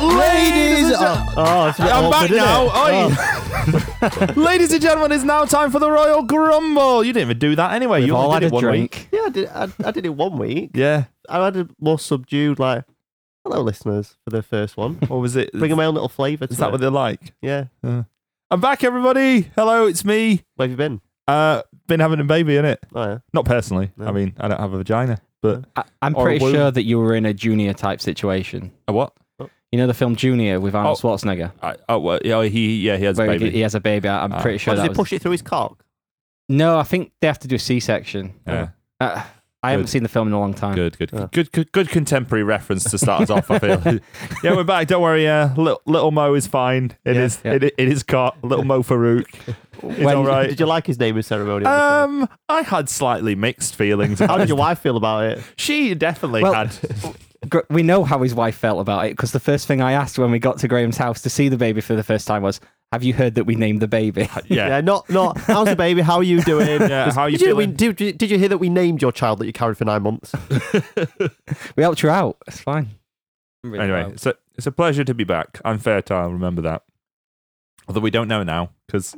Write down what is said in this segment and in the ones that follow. Ladies, uh, Oh, it's I'm awkward, back isn't it? Oh. now. ladies and gentlemen, it's now time for the Royal Grumble. You didn't even do that anyway. We've you all only had did a it one drink. week. Yeah, I did, I, I did it one week. Yeah. I had a more subdued, like, hello, listeners, for the first one. What was it? Bringing my own little flavour to Is that it. what they're like? Yeah. I'm back, everybody. Hello, it's me. Where have you been? Uh, been having a baby in it. Oh, yeah. Not personally. No. I mean, I don't have a vagina, but No. No. I, I'm Or pretty will- sure that you were in a junior type situation. a what? You know the film Junior with Arnold Oh. Schwarzenegger, I, oh, well, yeah, he yeah he has a where baby. he, he has a baby. I- I'm Ah. pretty sure What, does that he was. push it through his cock? No, I think they have to do a C-section. Yeah. Uh, I haven't Good. seen the film in a long time. Good, good, Yeah. good, good, good contemporary reference to start us off. I feel. yeah, we're back. Don't worry. Uh, little, little Mo is fine. It Yeah, is. yeah. It, it is caught. Little Mo Farouk. It's When- all right. Did you like his naming ceremony? Um, I had slightly mixed feelings. How did your wife feel about it? she definitely Well- had. uh, Gr- We know how his wife felt about it because the first thing I asked when we got to Graham's house to see the baby for the first time was, "Have you heard that we named the baby?" Uh, Yeah. Yeah, not not. How's the baby? How are you doing? Yeah, how are you did feeling? You, did, you- did you hear that we named your child that you carried for nine months? we helped her out. It's fine. Anyway, it's a it's a pleasure to be back. I'm fertile. Remember that. Although we don't know now because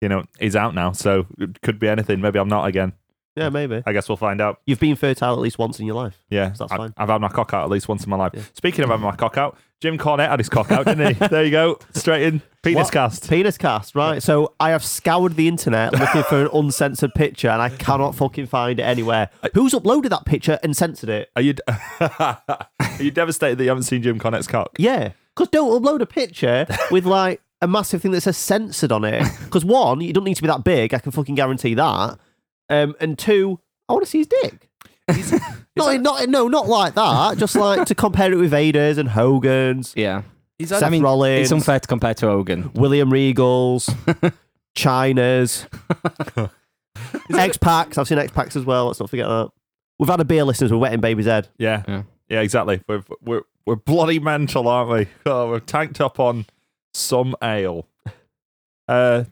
you know he's out now, so it could be anything. Maybe I'm not again. yeah, maybe. I guess we'll find out. You've been fertile at least once in your life. Yeah, So that's I, fine. have had my cock out at least once in my life. Yeah. Speaking of having my cock out, Jim Cornette had his cock out, didn't he? there you go, straight in penis What? cast. Penis cast, right? So I have scoured the internet looking for an uncensored picture, and I cannot fucking find it anywhere. Who's uploaded that picture and censored it? Are you are you devastated that you haven't seen Jim Cornette's cock? Yeah, because don't upload a picture with like a massive thing that says censored on it. Because one, you don't need to be that big. I can fucking guarantee that. Um, and two, I want to see his dick. Not, not no, not like that. Just like to compare it with Vader's and Hogan's, yeah. Seth I mean, Rollins, it's unfair to compare to Hogan. William Regal's, China's, X Packs. I've seen X Packs as well. Let's not forget that. We've had a beer, listeners. We're wetting baby's head. Yeah, yeah, Yeah. exactly. We're, we're we're bloody mental, aren't we? Oh, we're tanked up on some ale. Uh,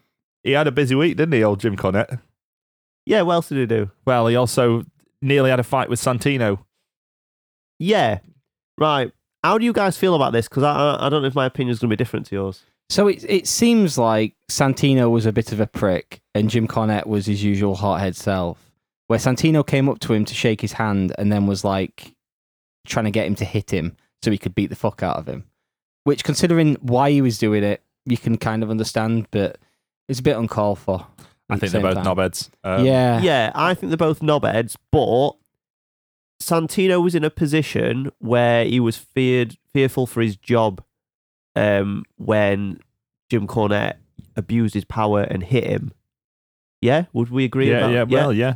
he had a busy week, didn't he, old Jim Cornette? Yeah, what else did he do? Well, he also nearly had a fight with Santino. Yeah. Right. How do you guys feel about this? Because I, I I don't know if my opinion's going to be different to yours. So it it seems like Santino was a bit of a prick, and Jim Cornette was his usual hothead self. Where Santino came up to him to shake his hand, and then was like trying to get him to hit him so he could beat the fuck out of him. Which, considering why he was doing it, you can kind of understand, but it's a bit uncalled for. I at think the they're both same time. knobheads. Um, yeah, yeah, I think they're both knobheads, but Santino was in a position where he was feared fearful for his job um, when Jim Cornette abused his power and hit him. Yeah, would we agree? yeah, about- yeah. Well, yeah.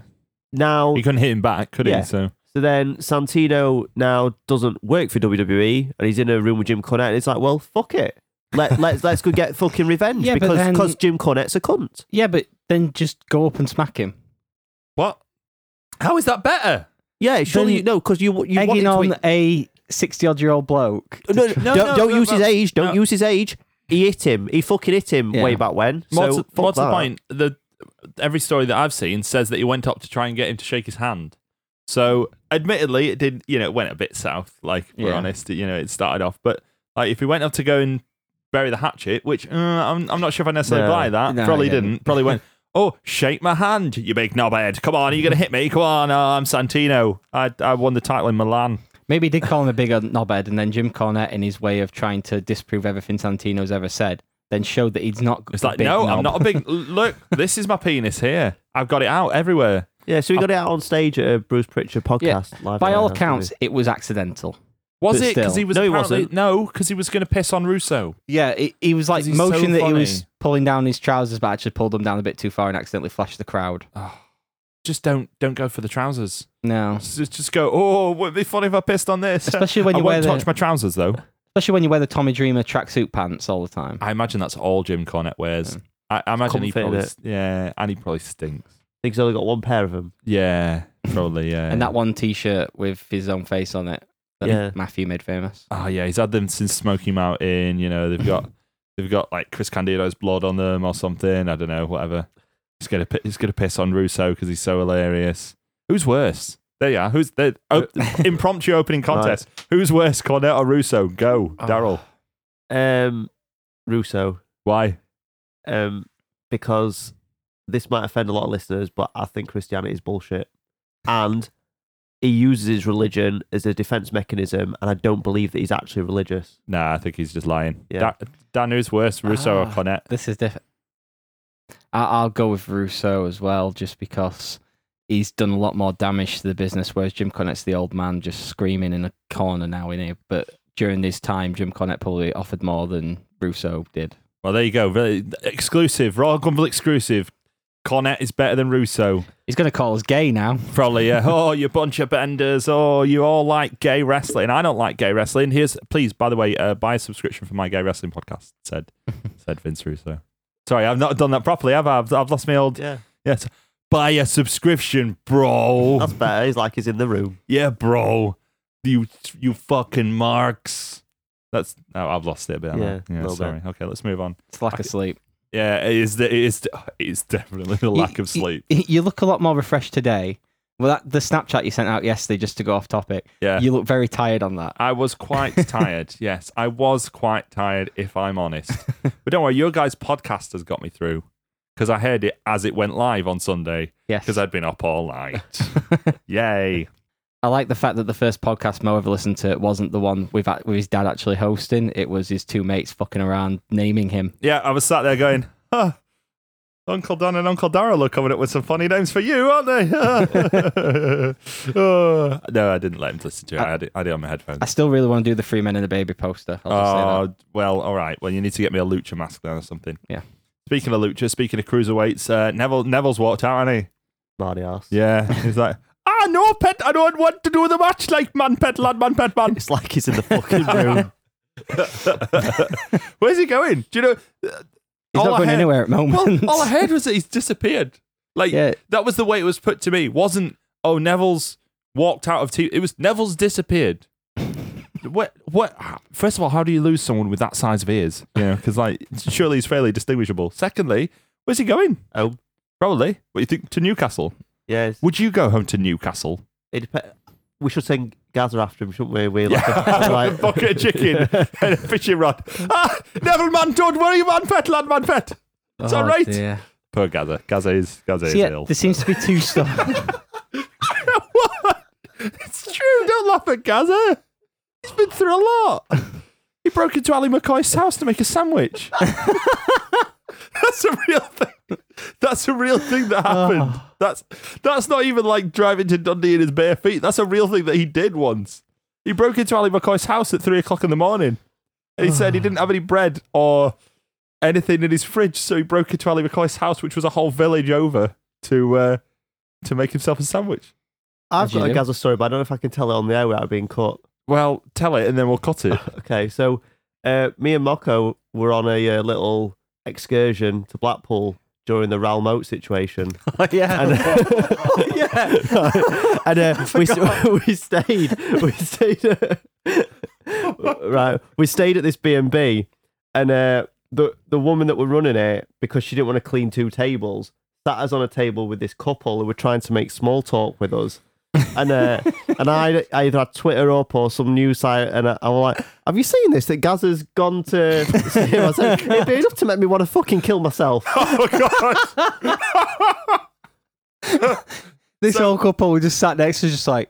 now He couldn't hit him back, could Yeah. he? So So then Santino now doesn't work for WWE, and he's in a room with Jim Cornette. And it's like, well, fuck it. Let let's let's go get fucking revenge Yeah, but because then- because Jim Cornette's a cunt. yeah, but then just go up and smack him. what? How is that better? Yeah, surely you Then no, because you you wanted Egging to on a sixty-odd-year-old bloke. No, no, No, don't, no, don't no, use his no, age. Don't no. use his age. He hit him. He fucking hit him Yeah. way back when. So more to, fuck more to the that. point, the every story that I've seen says that he went up to try and get him to shake his hand. So, admittedly, it did. You know, it went a bit south. Like if we're Yeah. honest, you know, it started off. But like, if he went up to go and bury the hatchet, which uh, I'm, I'm not sure if I necessarily No. buy that. No, Probably yeah. didn't. Probably went. Oh, shake my hand, you big knobhead! Come on, are you gonna hit me? Come on, oh, I'm Santino. I I won the title in Milan. Maybe he did call him a bigger knobhead, and then Jim Cornette, in his way of trying to disprove everything Santino's ever said, then showed that he's not. It's like, no, I'm not a big. Look, this is my penis here. I've got it out everywhere. Yeah, so he got it out on stage at a Bruce Pritchard podcast. Live By at all our house, didn't accounts, it was accidental. Was But it? Because still. he was No, he apparently- wasn't. No, because he was going to piss on Russo. Yeah, he, he was like Because he's so motioning that he was funny. pulling down his trousers, but actually pulled them down a bit too far and accidentally flashed the crowd. Just don't don't go for the trousers. No, Just, just go. Oh, would it be funny if I pissed on this. Especially when I you won't wear the- touch my trousers though. especially when you wear the Tommy Dreamer tracksuit pants all the time. I imagine that's all Jim Cornette wears. Yeah. I, I imagine he Comfort, probably innit? yeah, and he probably stinks. I think he's only got one pair of them. Yeah, probably yeah. And that one T-shirt with his own face on it that Yeah. Matthew made famous. Oh yeah, he's had them since Smoky Mountain. You know, they've got they've got like Chris Candido's blood on them or something. I don't know, whatever. He's gonna pi- he's gonna piss on Russo because he's so hilarious. Who's worse? There you are. Who's the oh, impromptu opening contest? Who's worse, Cornette or Russo? Go, Daryl. um, Russo Why? um, because this might offend a lot of listeners, but I think Christianity is bullshit. And he uses his religion as a defense mechanism, and I don't believe that he's actually religious. Nah, I think he's just lying. Yeah. Da- Dan, who's worse, Russo or Ah. Connett? This is different. I- I'll go with Russo as well, just because he's done a lot more damage to the business, whereas Jim Connett's the old man just screaming in a corner now, in it. But during this time, Jim Connett probably offered more than Russo did. Well, there you go. Really exclusive. Royal Grumble exclusive. Connett is better than Russo. He's going to call us gay now. Probably, yeah. oh, you bunch of benders. Oh, you all like gay wrestling. I don't like gay wrestling. Here's, please, by the way, uh, buy a subscription for my gay wrestling podcast, said said Vince Russo. Sorry, I've not done that properly, have I? I've, I've lost my old. Yeah, Yes. Buy a subscription, bro. that's better. He's like he's in the room. Yeah, bro. You you fucking marks. That's oh, I've lost it a bit. haven't I? Yeah, yeah little sorry. Okay, let's move on. It's lack of sleep. Yeah, it is. The, it is. It is definitely the lack You- of sleep. You, you look a lot more refreshed today. Well, that, the Snapchat you sent out yesterday, just to go off topic, Yeah, Uh, you look very tired on that. I was quite tired. Yes, I was quite tired. If I'm honest, but don't worry. Your guys' podcast has got me through because I heard it as it went live on Sunday Yes. because I'd been up all night. Yay! I like the fact that the first podcast Mo ever listened to wasn't the one with, a- with his dad actually hosting. It was his two mates fucking around naming him. Yeah, I was sat there going, huh. Uncle Don and Uncle Daryl are coming up with some funny names for you, aren't they? Oh. no, I didn't let him listen to it. I had it, I had it on my headphones. I still really want to do the Three Men and a Baby poster. I'll just say that. Oh, well, all right. Well, you need to get me a lucha mask then or something. Yeah. Speaking of lucha, speaking of cruiserweights, uh, Neville Neville's walked out, hasn't Marty ass. he? Yeah. He's like, ah, no, pet, I don't want to do the match like man, pet, lad, man, pet, man. It's like he's in the fucking room. Where's he going? Do you know? He's all not I going heard- anywhere at the moment. Well, all I heard was that he's disappeared. Like, yeah, That was the way it was put to me. Wasn't oh Neville's walked out of TV. It was Neville's disappeared. what? What? First of all, how do you lose someone with that size of ears? You know, because like surely he's fairly distinguishable. Secondly, where's he going? Home. Probably. What do you think to Newcastle? Yeah, it's- Would you go home to Newcastle? it dep- we should send Gaza after him, shouldn't we? We're like, a like bucket of chicken and a fishing rod. Ah, Neville, man, don't worry, man, pet, lad, man, pet. It's all right. Oh, dear. Poor Gaza. Gaza is Gaza So, is yeah, ill. there seems to be two stuff. It's true. Don't laugh at Gaza. He's been through a lot. He broke into Ali McCoy's house to make a sandwich. that's a real thing. That's a real thing that happened. That's that's not even like driving to Dundee in his bare feet. That's a real thing that he did once. He broke into Ali McCoy's house at three o'clock in the morning, and he said he didn't have any bread or anything in his fridge, so he broke into Ali McCoy's house, which was a whole village over, to uh, to make himself a sandwich. I've As you got a do. Gaza story, but I don't know if I can tell it on the air without being cut. Well, tell it and then we'll cut it. Okay, so uh, me and Mocco were on a uh, little excursion to Blackpool during the Raoul Moat situation, yeah. and, uh, yeah. and uh, we, we stayed, we stayed, right, we stayed at this B and B, and uh, the the woman that were running it because she didn't want to clean two tables sat us on a table with this couple who were trying to make small talk with us. and uh, and I, I either had Twitter up or some news site, and I, I'm like, "Have you seen this? That Gaza's gone to." I said, It'd be enough to make me want to fucking kill myself. oh god! This old couple we just sat next to us just like,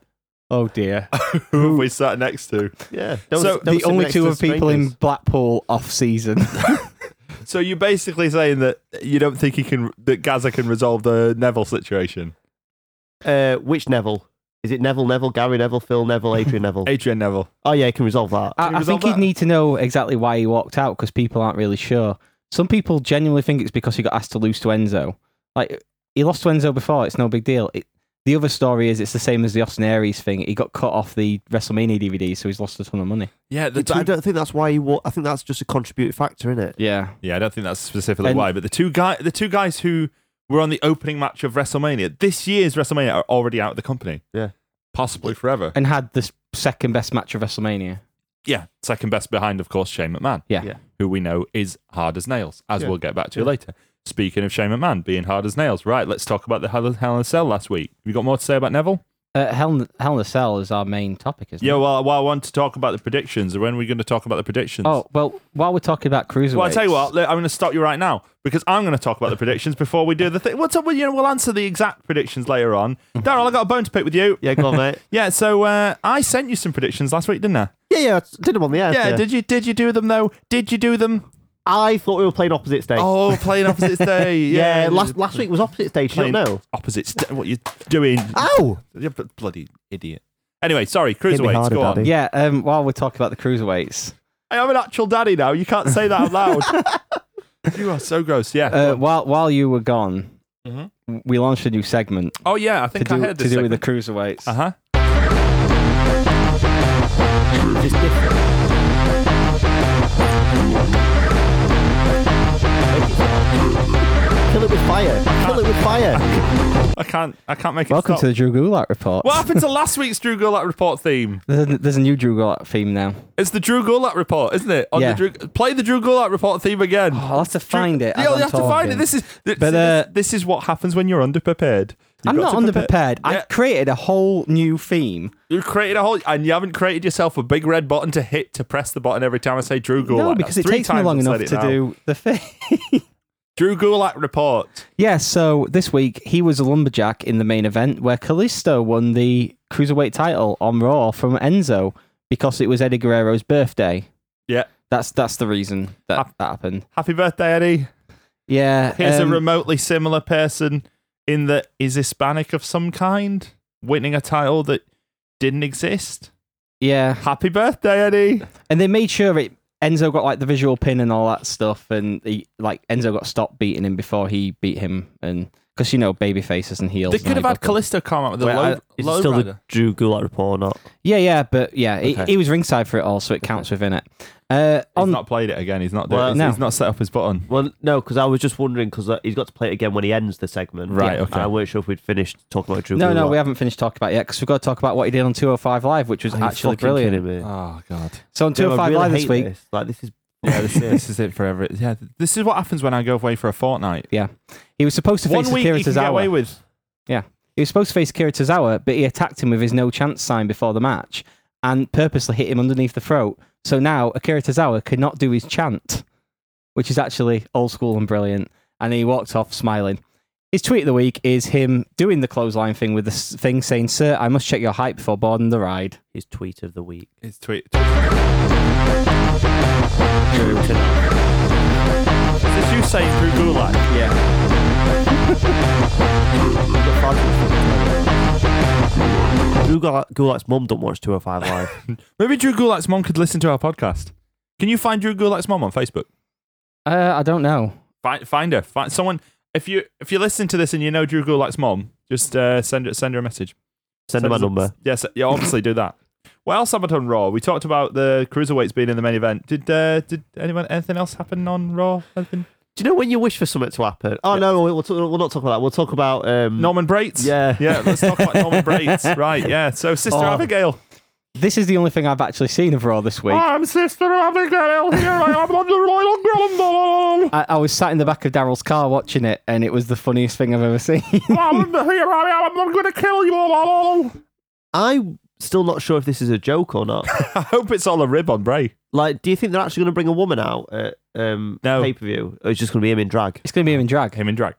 oh dear. Who have we sat next to? Yeah. Don't, So don't the sit only next two to of people in strangers. Blackpool off season. So you're basically saying that you don't think he can that Gaza can resolve the Neville situation. Uh, which Neville? Is it Neville? Neville? Gary Neville? Phil Neville? Adrian Neville? Adrian Neville. Oh yeah, he can resolve that. Can we I, I resolve think you'd that? need to know exactly why he walked out because people aren't really sure. Some people genuinely think it's because he got asked to lose to Enzo. Like he lost to Enzo before; it's no big deal. It, the other story is it's the same as the Austin Aries thing. He got cut off the WrestleMania DVD, so he's lost a ton of money. Yeah, But I don't think that's why he. Wa- I think that's just a contributing factor in it. Yeah, yeah, I don't think that's specifically And- why. But the two guy, the two guys who were on the opening match of WrestleMania this year's WrestleMania are already out of the company. Yeah. possibly forever. and had the s- second best match of WrestleMania. yeah, second best behind, of course, Shane McMahon. Yeah. Yeah. Who we know is hard as nails, as Yeah. we'll get back to Yeah. later. Speaking of Shane McMahon being hard as nails, right, let's talk about the Hell Hell in a Cell last week. Have you got more to say about Neville? Uh, Hell, in- Hell in a Cell is our main topic, isn't Yeah, it? well, well, I want to talk about the predictions. When are we going to talk about the predictions? oh, well, while we're talking about Cruiserweights. Well, I tell you what, look, I'm going to stop you right now because I'm going to talk about the predictions before we do the thing. What's up with you? We'll answer the exact predictions later on. Daryl, I got a bone to pick with you. Yeah, go on, mate. Yeah, so uh, I sent you some predictions last week, didn't I? yeah, yeah, I did them on the air. Yeah, did you did you do them though? Did you do them? I thought we were playing opposite stage. Oh, playing opposites day. yeah, Yeah, last last week was opposite stage. You playing don't know. opposites. day. What you doing? Ow! You're a bloody idiot. Anyway, sorry, Hit me cruiserweights. harder, Go on. Daddy. Yeah, um, while we're talking about the Cruiserweights. I am an actual daddy now. You can't say that out loud. you are so gross. Yeah. Uh, while, while you were gone, Mhm. we launched a new segment oh yeah, I to think do, I heard to this. do with the Cruiserweights. uh huh. Just different. Kill it with fire. Kill it with fire. I can't. I can't make it. Welcome stop. to the Drew Gulak Report. What happened to last week's Drew Gulak report theme? There's a, there's a new Drew Gulak theme now. It's the Drew Gulak report, isn't it? On Yeah. the Drew, play the Drew Gulak report theme again. Oh, I'll have to find it. Yeah, as you I'm have to find it. talking. This is this, But, uh, this is what happens when you're underprepared. You've I'm got not to prepare- underprepared. Yeah. I've created a whole new theme. You've created a whole, and you haven't created yourself a big red button to hit to press the button every time I say Drew Gulak. no, That's because it three takes me times long I've said enough it to now. do the thing. Drew Gulak report. yeah, so this week he was a lumberjack in the main event where Callisto won the cruiserweight title on Raw from Enzo because it was Eddie Guerrero's birthday. Yeah. That's that's the reason that Hap- that happened. Happy birthday, Eddie. Yeah. Here's um, a remotely similar person in that is Hispanic of some kind, winning a title that didn't exist. yeah. Happy birthday, Eddie. And they made sure it Enzo got like the visual pin and all that stuff and he, like Enzo got stopped beating him before he beat him and because you know baby faces and heels. They and could all have that had stuff. Callisto come out with a Wait, I- load. is load it still rider. the Drew Gulak report or not? Yeah, yeah, but yeah, he, Okay. he was ringside for it all, so it counts within it. Uh, he's on not played it again. He's not. Well, doing, no. He's not set up his button. Well, no, because I was just wondering because he's got to play it again when he ends the segment. Right, And okay. I weren't sure if we'd finished talking about Drew. no, no, Gulak. we haven't finished talking about it yet because we've got to talk about what he did on 205 Live, which was Are you actually fucking brilliant. kidding me? Oh God. So on Dude, I 205 really Live this hate week, this. Like this is Yeah, this, this is it forever. Yeah, this is what happens when I go away for a fortnight. he was supposed to face One week Akira you can get away Tozawa. with. He was supposed to face Akira Tozawa, but he attacked him with his no chance sign before the match and purposely hit him underneath the throat. So now Akira Tozawa cannot do his chant, which is actually old school and brilliant. And he walked off smiling. His tweet of the week is him doing the clothesline thing with the s- thing saying, Sir, I must check your height before boarding the ride. his tweet of the week. It's tweet. Drew Is this you saying Drew Gulak? Yeah. Gulak, Gulak's mum don't watch 205 Live. Maybe Drew Gulak's mom could listen to our podcast. Can you find Drew Gulak's mom on Facebook? Uh, I don't know. Find find her. Find someone. If you if you listen to this and you know Drew Gulak's mom, just uh, send her send her a message. Send her my us a- number. Yes, yeah, obviously do that. What else happened on Raw? We talked about the cruiserweights being in the main event. Did uh, did anyone anything else happen on Raw? Anything? Do you know when you wish for something to happen? Oh, no, we'll, talk, we'll not talk about that. We'll talk about. Um, Norman Bates. Yeah. yeah. Let's talk about Norman Bates. Right. Yeah. So Sister Oh. Abigail. This is the only thing I've actually seen of Raw this week. I'm Sister Abigail. Here I am on the Royal I, I was sat in the back of Daryl's car watching it, and it was the funniest thing I've ever seen. Grundle. Here I am. I'm going to kill you all. I'm still not sure if this is a joke or not. I hope it's all a rib on Bray. like, do you think they're actually going to bring a woman out at um, No. pay per view? Or it's just going to be him in drag? it's going to be him in drag. Him in drag.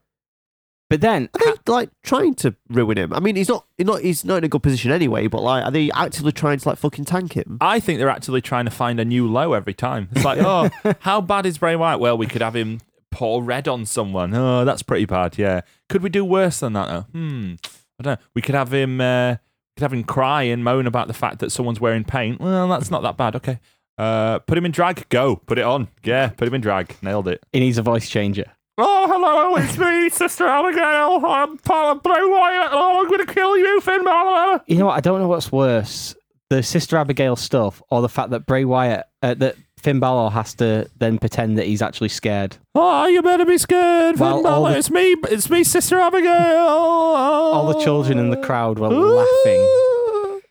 But then, Are they like trying to ruin him? I mean, he's not, he's not, he's not in a good position anyway. But like, are they actively trying to like fucking tank him? I think they're actually trying to find a new low every time. It's like, oh, how bad is Bray Wyatt? Well, we could have him pour red on someone. Oh, that's pretty bad. Yeah. Could we do worse than that? Though? Hmm. I don't know. We could have him. Uh, could have him cry and moan about the fact that someone's wearing paint. Well, that's not that bad. Okay. Uh, put him in drag. Go. Put it on. Yeah. Put him in drag. Nailed it. he needs a voice changer. Oh, hello, it's me, Sister Abigail. I'm part of Bray Wyatt. Oh, I'm going to kill you, Finn Balor. You know what? I don't know what's worse the Sister Abigail stuff or the fact that Bray Wyatt, uh, that Finn Balor has to then pretend that he's actually scared. Oh, you better be scared, While Finn all Balor. the- It's me, it's me, Sister Abigail. All All the children in the crowd were laughing.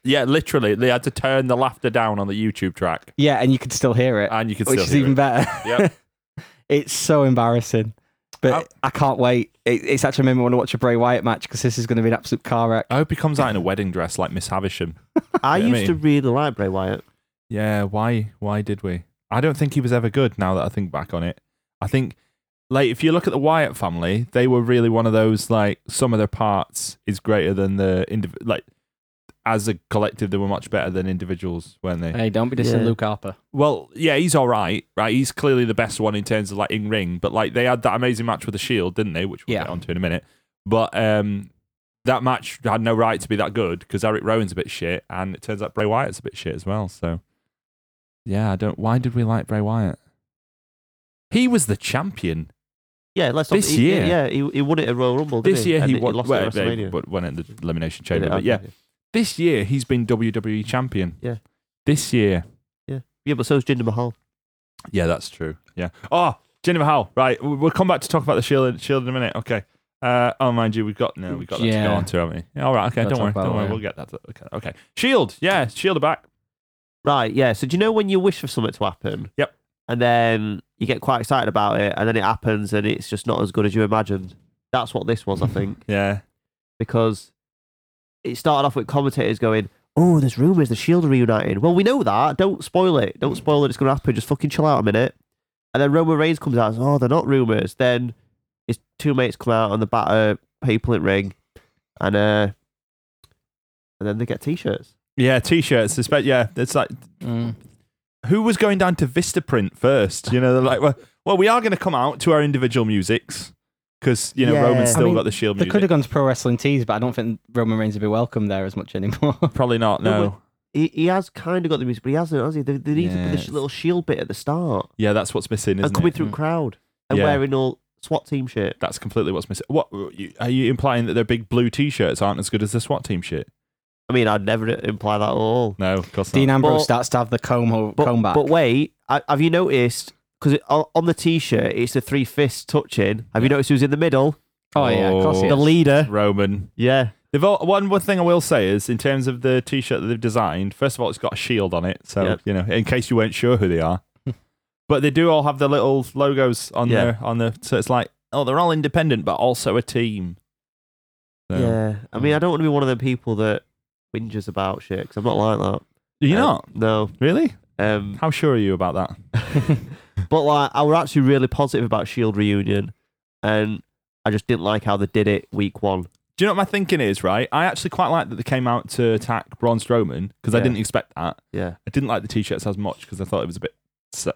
Yeah, literally, they had to turn the laughter down on the YouTube track, Yeah, and you could still hear it, and you could which still is hear even it. better. Yep. It's so embarrassing. But How- I can't wait. It, it's actually made me want to watch a Bray Wyatt match because this is going to be an absolute car wreck. I hope he comes out in a wedding dress like Miss Havisham. I Yeah, I used to mean- really like Bray Wyatt. Yeah, why why did we? I don't think he was ever good now that I think back on it. I think like if you look at the Wyatt family, they were really one of those like some of their parts is greater than the indiv- like as a collective they were much better than individuals, weren't they? Hey, don't be dissing dissing Yeah. Luke Harper. Well, yeah, he's all right, right? He's clearly the best one in terms of like in ring, but like they had that amazing match with the Shield, didn't they? Which we'll Yeah. get onto in a minute. But um, that match had no right to be that good because Eric Rowan's a bit shit, and it turns out Bray Wyatt's a bit shit as well. So, yeah, I don't. Why did we like Bray Wyatt? He was the champion Yeah, let's This he- year. Yeah, he, he won it at Royal Rumble. this didn't year. And He, won, lost well, at they- WrestleMania. but won at the elimination Did chamber. it? But yeah, Okay. this year he's been WWE champion. Yeah. this year. yeah, but so's Jinder Mahal. Yeah, that's true. Yeah. Oh, Jennifer Howell. Right. we- We'll come back to talk about the shield, shield in a minute. Okay. Uh, oh, mind you, we've got no, we've got that to Yeah. go on to, haven't we? Yeah, all right. Okay. Gotta Don't talk worry. about Don't it, worry. yeah. We'll get that. to- okay. Okay. Shield. Yeah. Shield are back. Right, yeah. So do you know when you wish for something to happen? Yep. And then you get quite excited about it, and then it happens, and it's just not as good as you imagined. That's what this was, I think, Yeah. because it started off with commentators going, "Oh, there's rumors the Shield are reuniting." Well, we know that. Don't spoil it. Don't spoil that it's going to happen. Just fucking chill out a minute. And then Roman Reigns comes out. And says, oh, they're not rumors. Then his two mates come out on the batter people in ring, and uh, and then they get t-shirts. Yeah. T-shirts. Suspe- yeah. It's like Mm. who was going down to Vistaprint first? You know, they're like, well, well we are going to come out to our individual musics because you know Yeah. Roman's I still mean, got the shield They music. could have gone to pro wrestling tees, but I don't think Roman Reigns would be welcome there as much anymore. Probably not. No, No. he, he has kind of got the music, but he hasn't, has he? They, they need to put this Yes. little shield bit at the start Yeah, that's what's missing. Isn't and coming it? Hmm. through Mm. crowd and Yeah. wearing all SWAT team shit. That's completely what's missing. What you- are you implying that their big blue T-shirts aren't as good as the SWAT team shit? I mean, I'd never imply that at all. No, of course not. Dean Ambrose But- starts to have the comb, ho- But, comb back. but wait, I, have you noticed? Because on the t shirt, it's the three fists touching. Have you noticed who's in the middle? oh, yeah, of course. Oh. he The is. leader. Roman. Yeah. They've all, one one thing I will say is in terms of the T-shirt that they've designed. First of all, it's got a shield on it, so Yep. you know, in case you weren't sure who they are. but they do all have the little logos on Yeah. their on the. So it's like, oh, they're all independent, but also a team. So, Yeah. I mean, I don't want to be one of them people that whinges about shit because I'm not like that. Are you Um, not No. really? Um, How sure are you about that? but like, I were actually really positive about Shield E reunion, and I just didn't like how they did it week one. Do you know what my thinking is? Right, I actually quite like that they came out to attack Braun Strowman because I Yeah. didn't expect that. Yeah, I didn't like the T-shirts as much because I thought it was a bit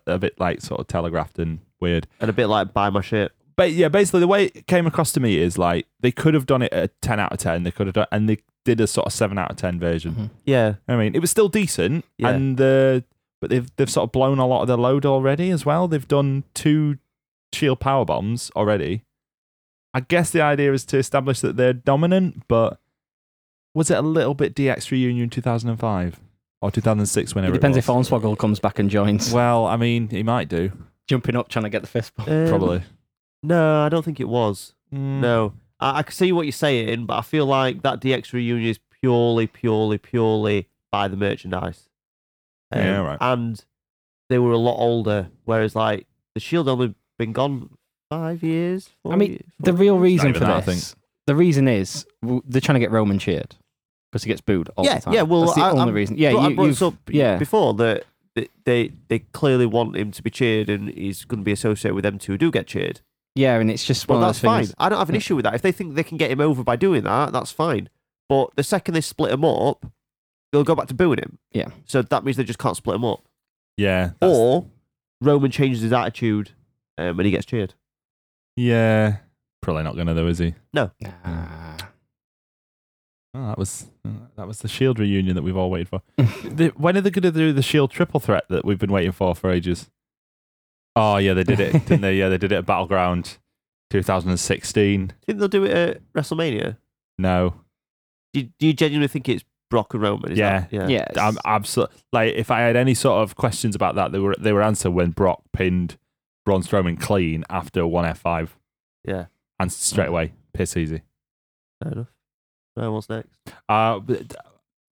a bit like sort of telegraphed and weird. and a bit like buy my shit. but yeah, basically the way it came across to me is like they could have done it at a ten out of ten. They could have done, and they did a sort of seven out of ten version. Mhm. Yeah, I mean, it was still decent, Mm-hmm. Yeah. and the but they've they've sort of blown a lot of their load already as well. They've done two shield power bombs already. I guess the idea is to establish that they're dominant, but was it a little bit DX reunion two thousand and five or two thousand six? It Whenever depends it if was. Hornswoggle comes back and joins. Well, I mean, he might do Jumping up, trying to get the fist bump. Um, probably. No, I don't think it was. Mm. No, I, I can see what you're saying, but I feel like that DX reunion is purely, purely, purely by the merchandise. Um, Yeah, right. And they were a lot older, whereas like the Shield only been gone five years. four I mean, years, The four real years? reason even for that, I this, the reason is w- they're trying to get Roman cheered because he gets booed all Yeah, the time. yeah, well, That's the I- only I'm- reason. Yeah, But I you, brought you've- this up yeah. before that that they they clearly want him to be cheered, and he's going to be associated with them two who do get cheered. yeah, and it's just Well, one of that's those things. fine. I don't have an Yeah. issue with that. If they think they can get him over by doing that, that's fine. But the second they split him up, they'll go back to booing him. Yeah. So that means they just can't split him up. Yeah. that's- or Roman changes his attitude um, and he gets cheered. yeah. Probably not gonna though, is he? Nah. Oh, that was that was the Shield E reunion that we've all waited for. the, when are they going to do the Shield E triple threat that we've been waiting for for ages? Oh yeah, they did it, didn't they? Yeah, they did it at Battleground 2016. Do you think they'll do it at WrestleMania? No, Do you, do you genuinely think it's Brock and Roman? Is Yeah. that- yeah. yeah, I'm absolutely like if I had any sort of questions about that, they were they were answered when Brock pinned Braun Strowman clean after one F5 Yeah. and straight away piss easy. Fair enough. Right, what's next? Uh, but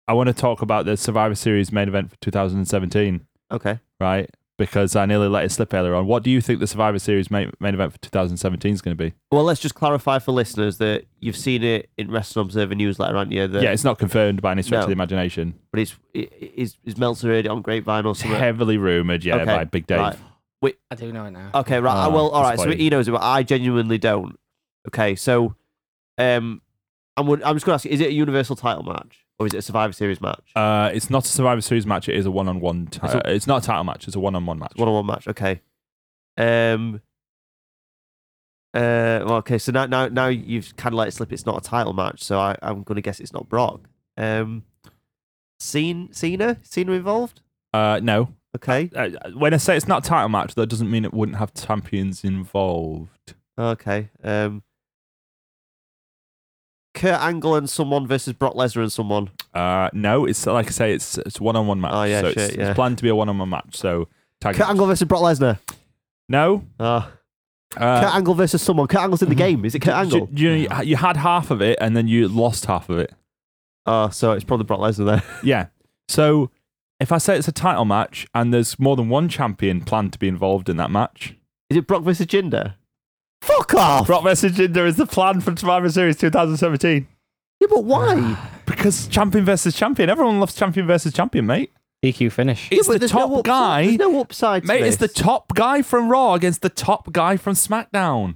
I want to talk about the Survivor Series main event for 2017. Okay. right? because I nearly let it slip earlier on. What do you think the Survivor Series main, main event for 2017 is going to be? Well, let's just clarify for listeners that you've seen it in Wrestling Observer newsletter, haven't you? That, yeah, it's not confirmed by any stretch of No. the imagination. but it's it, is is Meltzer heard it on Grapevine or It's something? heavily rumored, yeah, Okay, by Big Dave. right. I do know it now. Okay, right. I Ah, well, all right. So disappointing. he knows it, but I genuinely don't. Okay, so um, I'm I'm just gonna ask: you, Is it a Universal title match or is it a Survivor Series match? Uh, it's not a Survivor Series match. It is a one-on-one. Ti- uh, It's it's, a- not a title match. It's a one-on-one match. One on one match. Okay. Um. Uh. Well, okay. So now now now you've kind of let it slip. It's not a title match, so I I'm gonna guess it's not Brock. Um. Cena Cena Cena involved. Uh, no. Okay. Uh, when I say it's not a title match, that doesn't mean it wouldn't have champions involved. Okay. Um. Kurt Angle and someone versus Brock Lesnar and someone. Uh, no, it's like I say, it's it's one-on-one match. Oh, yeah, so shit, it's, yeah. it's planned to be a one-on-one match. So tag. Kurt match. Angle versus Brock Lesnar. No. Ah. Uh, Kurt Angle versus someone. Kurt Angle's in the Mm-hmm. game. Is it Kurt Angle? You, you, know, you- you had half of it and then you lost half of it. Ah, Oh, so it's probably Brock Lesnar there. Yeah. So if I say it's a title match and there's more than one champion planned to be involved in that match, Is it Brock versus Jinder? Fuck off! Brock versus Jinder is the plan for Survivor Series 2017. Yeah, but why? Because champion versus champion, everyone loves champion versus champion, mate. DQ finish. It's Yeah, but the there's no top upside- guy, There's no upside to mate. It's the this. top guy from Raw against the top guy from SmackDown.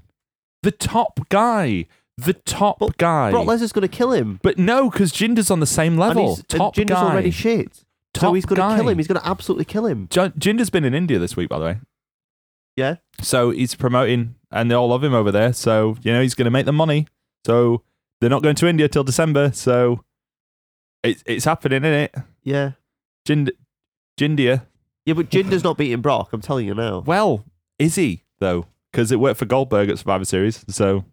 The top guy, the top But guy. Brock Lesnar's going to kill him. but no, because Jinder's on the same level. And he's, top and Jinder's guy. already shit. so Top he's going to guy. kill him. He's going to absolutely kill him. J- Jinder's been in India this week, by the way. Yeah? So he's promoting, and they all love him over there. So you know he's going to make the money. So they're not going to India till December. So it's it's happening, isn't it? Yeah. Jind- Jindia. Yeah, but Jinder's not beating Brock. I'm telling you now. Well, is he though? Because it worked for Goldberg at Survivor Series. So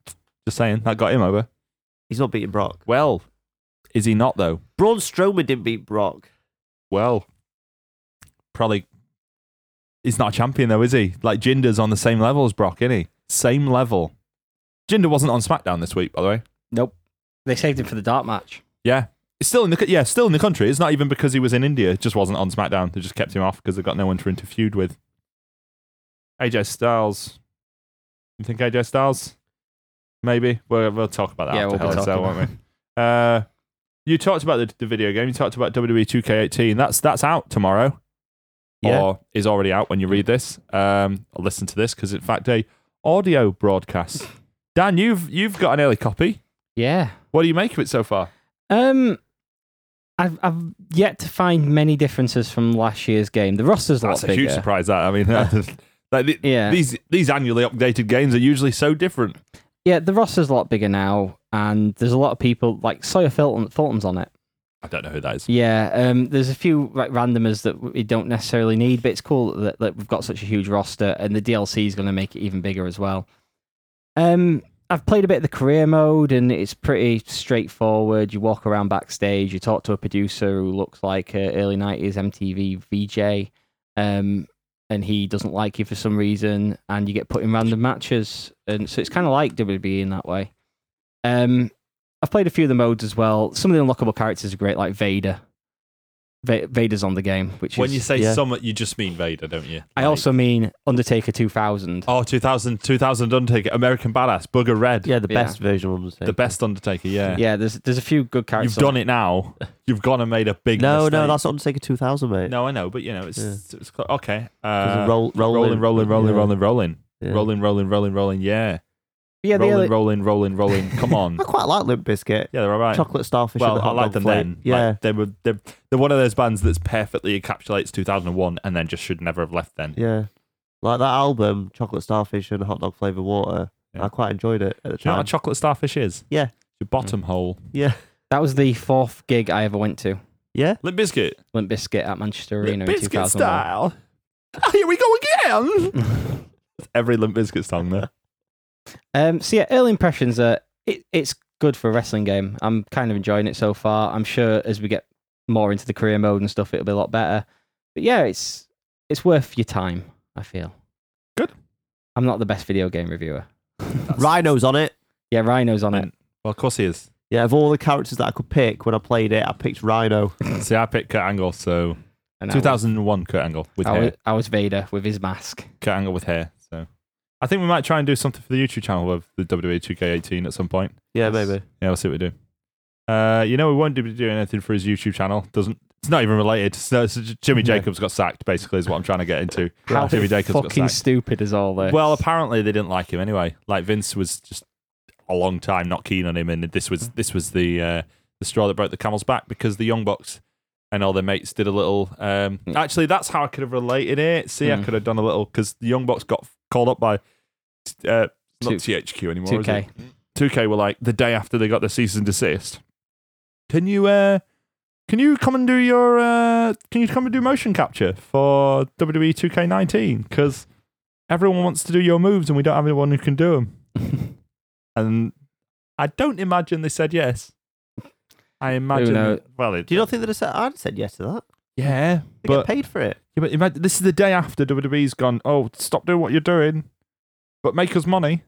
just saying that got him over. He's not beating Brock. Well, is he not though? Braun Strowman didn't beat Brock. Well, probably. He's not a champion though, is he? Like Jinder's on the same level as Brock, isn't he? Same level. Jinder wasn't on SmackDown this week, by the way. Nope. They saved him for the dark match. Yeah, it's still in the co- yeah, still in the country. It's not even because he was in India; it just wasn't on SmackDown. They just kept him off because they got no one to inter- feud with. AJ Styles, you think AJ Styles? Maybe we'll we'll talk about that Yeah, after we'll be Hell in a Cell, talking. won't we? Uh, you talked about the, the video game. You talked about E WWE 2K18. That's that's out tomorrow, Yeah. or is already out when you read this. Um, or listen to this because in fact a audio broadcast. Dan, you've you've got an early copy. Yeah. What do you make of it so far? Um, I've I've yet to find many differences from last year's game. The roster's a lot That's a bigger. huge surprise. That I mean, like the, Yeah. these these annually updated games are usually so different. Yeah, the roster's a lot bigger now, and there's a lot of people like Sawyer Fulton, Fulton's on it. I don't know who that is. Yeah, um, there's a few like randomers that we don't necessarily need, but it's cool that, that we've got such a huge roster, and the DLC is going to make it even bigger as well. Um, I've played a bit of the career mode, and it's pretty straightforward. You walk around backstage, you talk to a producer who looks like a early '90s MTV VJ, um, and he doesn't like you for some reason, and you get put in random matches, and so it's kind of like WWE in that way. Um, I've played a few of the modes as well. Some of the unlockable characters are great, like Vader. Va- Vader's on the game, which When is you say yeah. summit, you just mean Vader, don't you? I also mean Undertaker 2000. oh 2000, 2000 Undertaker, American Badass, Bugger Red, Yeah, the Yeah. best version of Undertaker. the best Undertaker. Yeah, Yeah, there's there's a few good characters. you've done it now. You've gone and made a big No, no, mistake. that's Undertaker 2000, mate. no, I know, but you know, it's Yeah. it's cl- okay. There's Uh, a roll, roll rolling, in. rolling, rolling, Yeah. rolling, rolling, Yeah. rolling, rolling, rolling, rolling. Yeah, Yeah, the rolling, early- rolling, rolling, rolling. Come on. I quite like Limp Biscuit. Yeah, they're all right. Chocolate starfish. and Well, the I hot like dog them flake. then. Yeah. Like, they were they're, they're one of those bands that's perfectly encapsulates 2001 and then just should never have left then. Yeah. Like that album, Chocolate Starfish and Hot Dog Flavour Water. Yeah. I quite enjoyed it at the Do you know time. what a chocolate starfish is? Yeah. It's your bottom hole. yeah. that was the fourth gig I ever went to. Yeah. Limp Biscuit. Limp Biscuit at Manchester Arena in Biscuit 2001. style. Ah, Here we go again. That's Every Limp Biscuit song there. Um, so yeah, early impressions are it, it's good for a wrestling game. I'm kind of enjoying it so far. I'm sure as we get more into the career mode and stuff, it'll be a lot better. But yeah, it's it's worth your time. I feel Good. I'm not the best video game reviewer. Rhino's on it. Yeah, Rhino's on it. And- Well, of course he is. Yeah, of all the characters that I could pick when I played it, I picked Rhino. See, I picked Kurt Angle, so And I was- 2001 Kurt Angle with I hair. was, I was Vader with his mask. Kurt Angle with hair. So I think we might try and do something for the YouTube channel of the WWE 2K18 at some point. Yeah, Yes. maybe. Yeah, we'll see what we do. Uh, you know, we won't be doing anything for his YouTube channel. Doesn't it's not even related. So, so J- Jimmy No. Jacobs got sacked. Basically, is what I'm trying to get into. How Jimmy Jacobs got fucking sacked. stupid is all this? Well, apparently they didn't like him anyway. Like Vince was just a long time not keen on him, and this was this was the uh, the straw that broke the camel's back because the Young Bucks and all their mates did a little. Um, Yeah. Actually, that's how I could have related it. See, I Mm. could have done a little because the Young Bucks got called up by uh, not Two- THQ anymore. two is K. it? 2K were like the day after they got their cease and desist. Can you uh, can you come and do your uh, can you come and do motion capture for E WWE 2K19 because everyone wants to do your moves and we don't have anyone who can do them. And I don't imagine they said yes. I imagine knows? well, it, Do you not think that I said, I'd said yes to that? yeah, They but get paid for it. yeah, but imagine this is the day after WWE's gone. Oh, stop doing what you're doing, but make us money.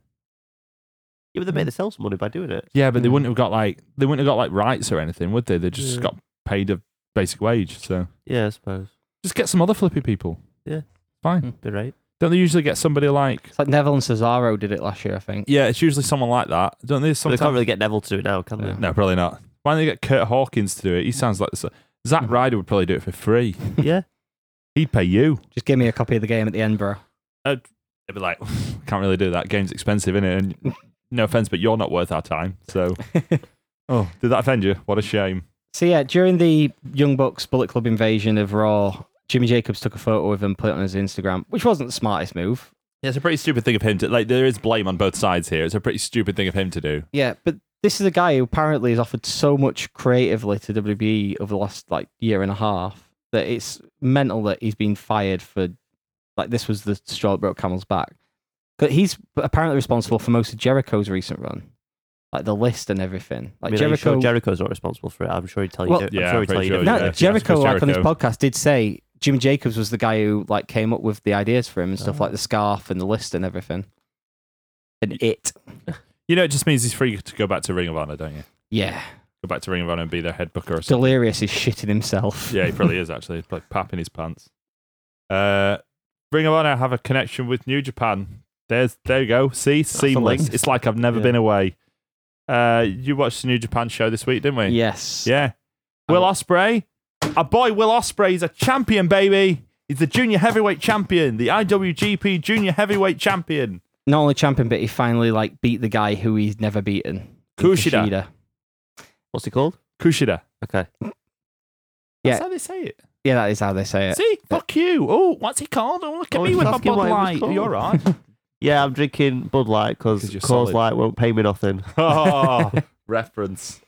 Yeah, but Hmm. they made themselves money by doing it. Yeah, but they Mm. wouldn't have got like they wouldn't have got like rights or anything, would they? They just Hmm. Yeah. got paid a basic wage. So Yeah, I suppose. just get some other flippy people. Yeah. Hmm. fine. Mm. Be right. Don't they usually get somebody like? It's like Neville and Cesaro did it last year, I think. Yeah, it's usually someone like that. Don't they? But they Sometimes can't really get Neville to do it now, can Yeah. they? no, probably not. Why don't they get Kurt Hawkins to do it? He sounds like this. uh, Zack Mhm. Ryder would probably do it for free. Yeah. He'd pay you. Just give me a copy of the game at the end, bro. They'd be like, can't really do that. Game's expensive, isn't it? And no offense, but you're not worth our time. So, oh, did that offend you? What a shame. So yeah, during the Young Bucks Bullet Club invasion of Raw, Jimmy Jacobs took a photo of him, put it on his Instagram, which wasn't the smartest move. Yeah, it's a pretty stupid thing of him to like. There is blame on both sides here. It's a pretty stupid thing of him to do. Yeah, but this is a guy who apparently has offered so much creatively to WWE over the last like year and a half that it's mental that he's been fired for like this was the straw that broke camel's back. But he's apparently responsible for most of Jericho's recent run, like the list and everything. I mean, are Like you Jericho, sure Jericho's not responsible for it. I'm sure he'd tell you. Well- I'm Yeah, sure he'd pretty tell you. sure, different. No, yeah. Jericho, Chris like on his Jericho. podcast, did say Jimmy Jacobs was the guy who like came up with the ideas for him and stuff Oh. like the scarf and the list and everything. And it, You know, it just means he's free to go back to Ring of Honor, don't you? yeah, Go back to Ring of Honor and be their head booker or something. delirious is shitting himself. yeah, he probably is actually. He's like pap in his pants. Uh, Ring of Honor have a connection with New Japan. There's there you go. See, seamless. link. It's like I've never Yeah. been away. Uh, you watched the New Japan show this week, didn't we? yes, Yeah. Will Oh. Osprey, our boy Will Osprey is a champion, baby. He's the junior heavyweight champion, the IWGP junior heavyweight champion. Not only champion, but he finally like beat the guy who he's never beaten, in Kushida. What's he called? Kushida. Okay. That's Yeah. how they say it. Yeah, that is how they say it. See, fuck you. Oh, what's he called? Oh, look at Oh, me he's with my asking Bud what it was Light. Are you all called. right? Yeah, I'm drinking Bud Light 'Cause because you're Coors solid. Light won't pay me nothing. oh, reference.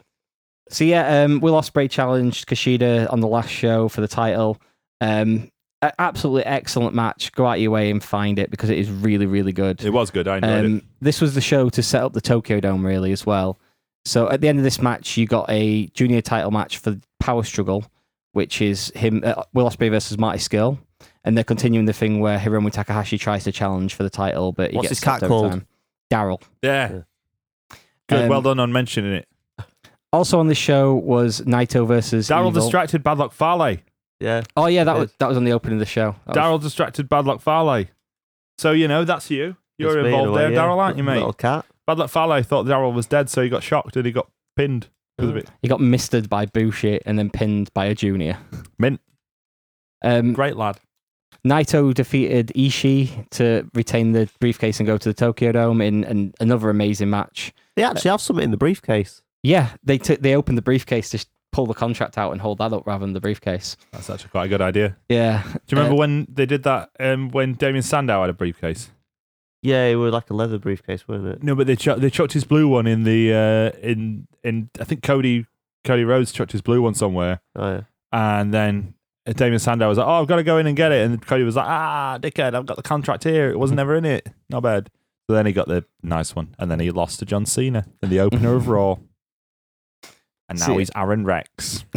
So yeah, um, Will Osprey challenged Kushida on the last show for the title. Um, a- absolutely excellent match. Go out of your way and find it because it is really, really good. It was good. I enjoyed it. Um, this was the show to set up the Tokyo Dome, really, as well. So at the end of this match, you got a junior title match for Power Struggle, which is him uh, Will Ospreay versus Marty Skill, and they're continuing the thing where Hiromu Takahashi tries to challenge for the title, but he What's gets his cat stopped every called? time. Daryl. Yeah. Yeah. Good. Um, well done on mentioning it. Also on the show was Naito versus Daryl Evil. distracted Badlock Farley. Yeah. Oh yeah, that Yes. was that was on the opening of the show. That was- Daryl distracted Badlock Farley. So, you know, that's you. You're It's me in a involved way, there, yeah. Daryl, aren't you, mate? Little cat. Badlock Farley thought Daryl was dead, so he got shocked and he got pinned. Uh, Because of it. he got mistered by Bushi and then pinned by a junior. Mint. Um, Great lad. Naito defeated Ishii to retain the briefcase and go to the Tokyo Dome in an, another amazing match. They actually have something in the briefcase. Yeah, they took they opened the briefcase to sh- pull the contract out and hold that up rather than the briefcase. That's actually quite a good idea. Yeah, Do you uh, remember when they did that um, when Damien Sandow had a briefcase? Yeah, it was like a leather briefcase, wasn't it? No, but they chuck they chucked his blue one in the uh, in in I think Cody Cody Rhodes chucked his blue one somewhere, Oh, yeah. And then Damien Sandow was like, "Oh, I've got to go in and get it." And Cody was like, "Ah, dickhead, I've got the contract here. It Mm. wasn't ever in it. Not bad." So then he got the nice one, and then he lost to John Cena in the opener of Raw. And now See- he's Aaron Rex.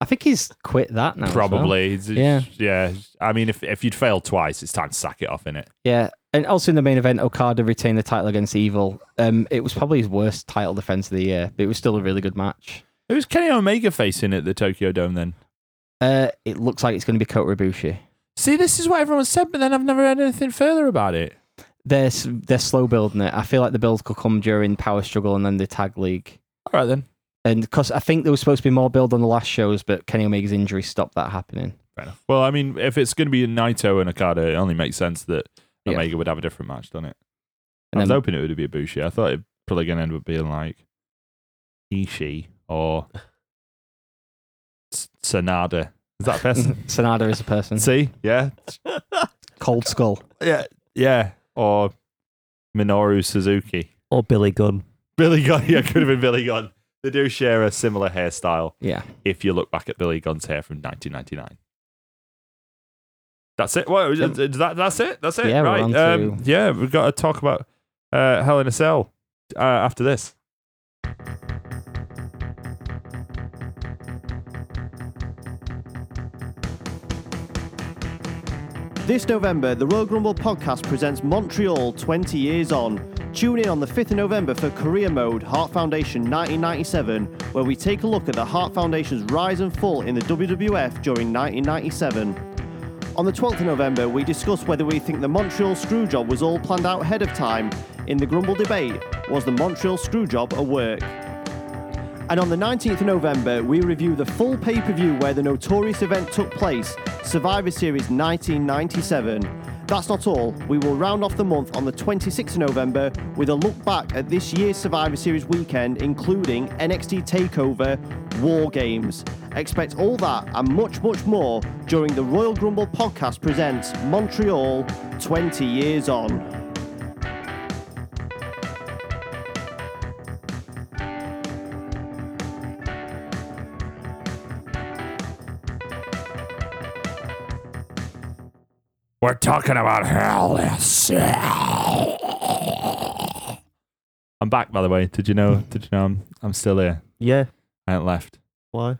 I think he's quit that now. as well. Probably, He's- Yeah. yeah. I mean, if if you'd failed twice, it's time to sack it off, in it. Yeah, and also in the main event, Okada retained the title against Evil. Um, it was probably his worst title defense of the year, but it was still a really good match. Who's Kenny Omega facing at the Tokyo Dome then? Uh, it looks like it's going to be Kota Ibushi. See, this is what everyone said, but then I've never heard anything further about it. They're s- they're slow building it. I feel like the build could come during Power Struggle and then the Tag League. All right then. And because I think there was supposed to be more build on the last shows, but Kenny Omega's injury stopped that happening. Fair enough. Well, I mean, if it's going to be a Naito and Okada, it only makes sense that Yeah. Omega would have a different match, doesn't it? I And was then- hoping it would be a Bushi. I thought it probably going to end up being like Ishii or S- Sanada. Is that a person? Sonada is a person. See, yeah, Cold Skull. yeah, yeah, or Minoru Suzuki. Or Billy Gunn. Billy Gunn. Yeah, could have been Billy Gunn. They do share a similar hairstyle. Yeah. If you look back at Billy Gunn's hair from 1999. That's it. Well, Yep. is that that's it. That's it. Yeah, we're right. on um, yeah, we've got to talk about uh, Hell in a Cell uh, after this. This November, the Rogue Rumble podcast presents Montreal 20 Years On. Tune in on the 5th of November for Career Mode Heart Foundation 1997, where we take a look at the Heart Foundation's rise and fall in the WWF during 1997. On the 12th of November, we discuss whether we think the Montreal Screwjob was all planned out ahead of time. In the Grumble debate, was the Montreal Screwjob a work? And on the 19th of November, we review the full pay per view where the notorious event took place Survivor Series 1997. That's not all. We will round off the month on the 26th of November with a look back at this year's Survivor Series weekend, including NXT TakeOver War Games. Expect all that and much, much more during the Royal Grumble podcast presents Montreal 20 Years On. We're talking about Hell in a Cell. I'm back, by the way. Did you know? Did you know I'm, I'm still here? Yeah, I haven't left. why?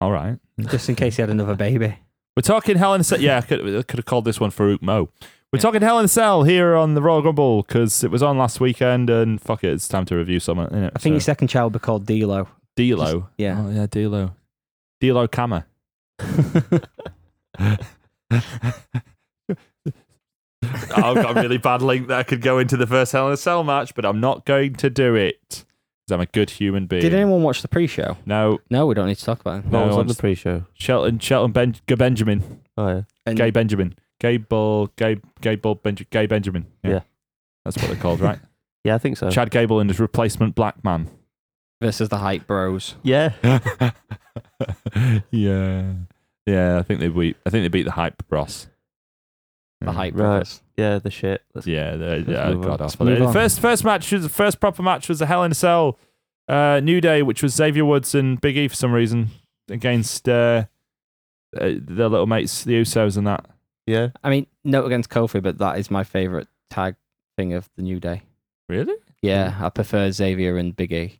All right. Just in case he had another baby. We're talking Hell in a Cell. Yeah, I could, I could have called this one Farouk Mo. We're talking Hell in a Cell here on the Royal Rumble because it was on last weekend and fuck it, it's time to review something. Innit? I think your second child will be called D'Lo. D'Lo. yeah. Oh yeah, D'Lo. D'Lo Kama. Oh, I've got a really bad link that I could go into the first Hell in a Cell match, but I'm not going to do it because I'm a good human being. Did anyone watch the pre-show? no, No, we don't need to talk about it. No, I'm s- pre-show? Shelton, Shelton, ben- G- Benjamin, Oh yeah. And Gay Benjamin, Gay Bull, Gay, Gay Bull, Benj- Gay Benjamin. Yeah. that's what they're called, right? Yeah, I think so. Chad Gable and his replacement black man. versus the hype bros. yeah. yeah, yeah. I think they beat. I think they beat the hype, Ross. The Mm, hype Right. bros. Yeah, the shit. Let's Yeah, they- Let's yeah. move on. God Let's awful. move The on. first first match was the first proper match was the Hell in a Cell uh, New Day, which was Xavier Woods and Big E for some reason against uh, uh, their little mates, the Usos, and that. Yeah. I mean, no against Kofi, but that is my favorite tag thing of the new day. Really? Yeah, I prefer Xavier and Big E.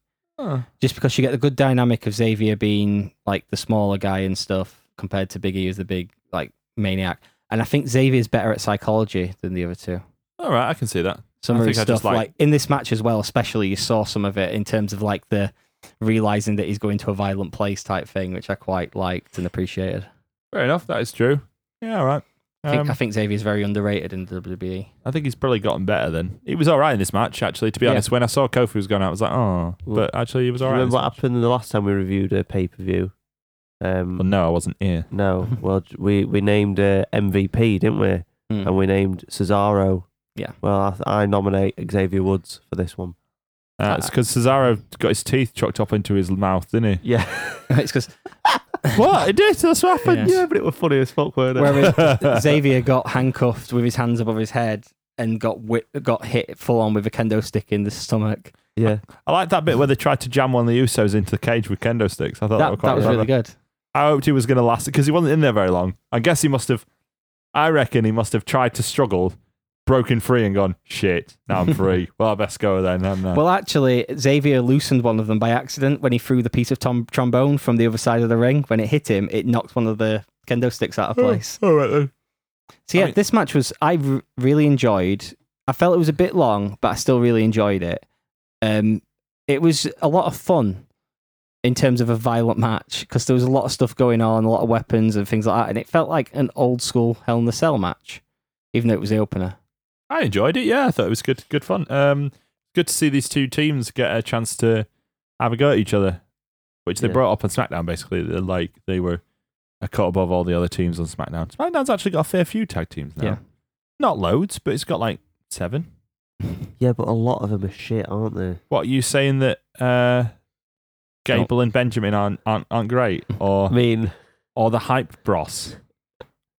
Just because you get the good dynamic of Xavier being like the smaller guy and stuff compared to Big E as the big like maniac. And I think Xavier's better at psychology than the other two. All right, I can see that. some I of think his I just stuff like, like- in this match as well especially you saw some of it in terms of like the realizing that he's going to a violent place type thing which i quite liked and appreciated Fair enough. That is true. Yeah. All right. i think, Um, I think xavier's very underrated in E. wwe I think he's probably gotten better then. He was all right in this match, actually. To be Yeah. honest, when I saw Kofi was going out, I was like, oh. But actually, he was all right. in Remember this what happened the last time we reviewed a pay per view? Um, Well, no, I wasn't here. no, well, j- we we named uh, MVP, didn't we? Mm. And we named Cesaro. Yeah. Well, I, th- I nominate Xavier Woods for this one. Uh, it's because Cesaro got his teeth chucked up into his mouth, didn't Yeah. it's because he? what? It did. That's what happened. Yeah, but it was funny as fuck, weren't whereas xavier got handcuffed with his hands above his head and got whip, got hit full on with a kendo stick in the stomach yeah. I like that bit where they tried to jam one of the Usos into the cage with kendo sticks. I thought that, that, was that quite was clever. really good I hoped he was going to last because he wasn't in there very long. I guess he must have. I reckon he must have tried to struggle, broken free, and gone shit. Now I'm free. well, I best go then. hadn't I? well actually xavier loosened one of them by accident when he threw the piece of tom- trombone from the other side of the ring when it hit him it knocked one of the kendo sticks out of place all right then. Hmm. So I yeah, mean- this match was I r- really enjoyed. I felt it was a bit long, but I still really enjoyed it. Um, it was a lot of fun. in terms of a violent match because there was a lot of stuff going on, a lot of weapons and things like that, and it felt like an old school Hell in the Cell match, even though it was the opener. I enjoyed it. Yeah, I thought it was good, good fun. Um, good to see these two teams get a chance to have a go at each other, which they Yeah. brought up on SmackDown. Basically, They're like they were a cut above all the other teams on SmackDown. SmackDown's actually got a fair few tag teams now. Yeah. Not loads, but it's got like seven. Yeah, but a lot of them are shit, aren't they? What are you saying that uh, Gable and Benjamin aren't aren't, aren't great, I or mean, or the hype bros,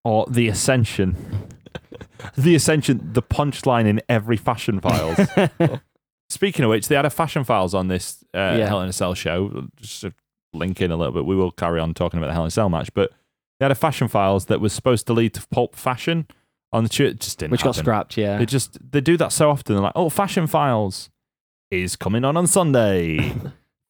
or the Ascension, the Ascension, the punchline in every fashion files. Speaking of which, they had a fashion files on this uh, Yeah. Hell in a Cell show. Just to link in a little bit, we will carry on talking about the Hell in a Cell match, but they had a fashion files that was supposed to lead to pulp fashion on the show. It just didn't. Which got happen. scrapped, yeah. They just they do that so often. They're like, oh, fashion files is coming on on Sunday.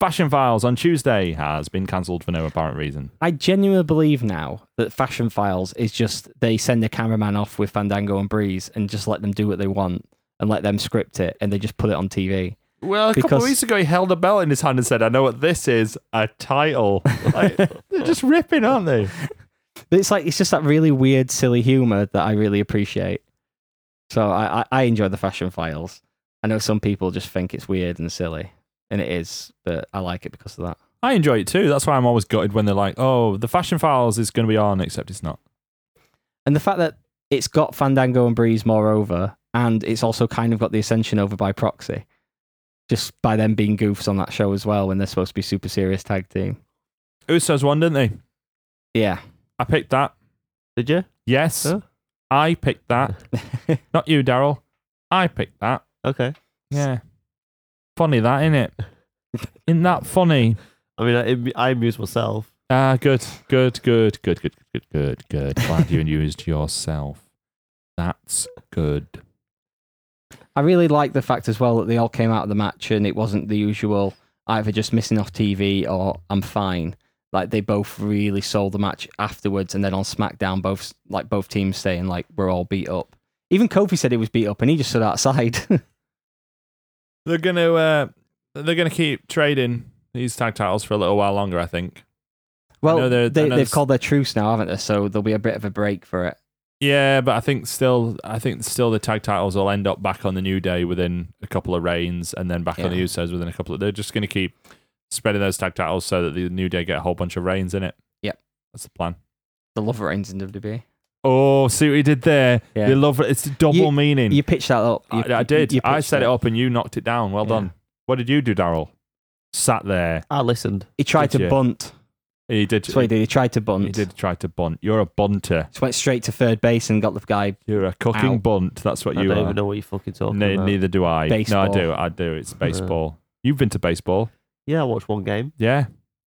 fashion files on Tuesday has been cancelled for no apparent reason. I genuinely believe now that Fashion Files is just they send the cameraman off with Fandango and Breeze and just let them do what they want and let them script it and they just put it on TV. Well, a couple of Because- weeks ago, he held a belt in his hand and said, "I know what this is, a title." Like, they're just ripping, aren't they? But it's like it's just that really weird, silly humor that I really appreciate. So I, I, I enjoy the Fashion Files. I know some people just think it's weird and silly, and it is, but I like it because of that. I enjoy it too. That's why I'm always gutted when they're like, "Oh, the fashion files is going to be on," except it's not. And the fact that it's got Fandango and Breeze, moreover, and it's also kind of got the Ascension over by proxy, just by them being goofs on that show as well when they're supposed to be super serious tag team. Usos won, didn't they? Yeah. I picked that. did you? Yes, Huh? I picked that. Not you, Daryl. I picked that. Okay. Yeah. Funny that, isn't it? Isn't that funny? I mean, I, I amuse myself. Ah, good, good, good, good, good, good, good, good. Glad you used yourself. That's good. I really like the fact as well that they all came out of the match and it wasn't the usual either just missing off TV or I'm fine. Like they both really sold the match afterwards, and then on SmackDown, both like both teams saying like we're all beat up. Even Kofi said he was beat up, and he just stood outside. They're gonna uh, they're gonna keep trading these tag titles for a little while longer, I think. know well, they're- I they, know they've there's- called their truce now, haven't they? So there'll be a bit of a break for it. Yeah, but I think still, I think still the tag titles will end up back on the New Day within a couple of reigns, and then back on the Yeah. Usos within a couple of. They're just going to keep spreading those tag titles so that the New Day get a whole bunch of reigns in it. Yep. that's the plan. The love reigns in E. WWE. Oh, see what he did there. Yeah. You love it's double You- meaning. You pitched that up. You- I, I did. you I pitched set that. it up, and you knocked it down. Well Yeah. done. What did you do, Daryl? Sat there. I listened. He tried Did to you? bunt. He did. That's what he did. He tried to bunt. He did try to bunt. You're a bunter. Just went straight to third base and got the guy. You're a cooking Ow. bunt. That's what I you don't are. even know what you're fucking talking No, about. neither do I. No, Baseball. I do. I do. It's baseball. You've been to baseball, Yeah, I watched one game. yeah?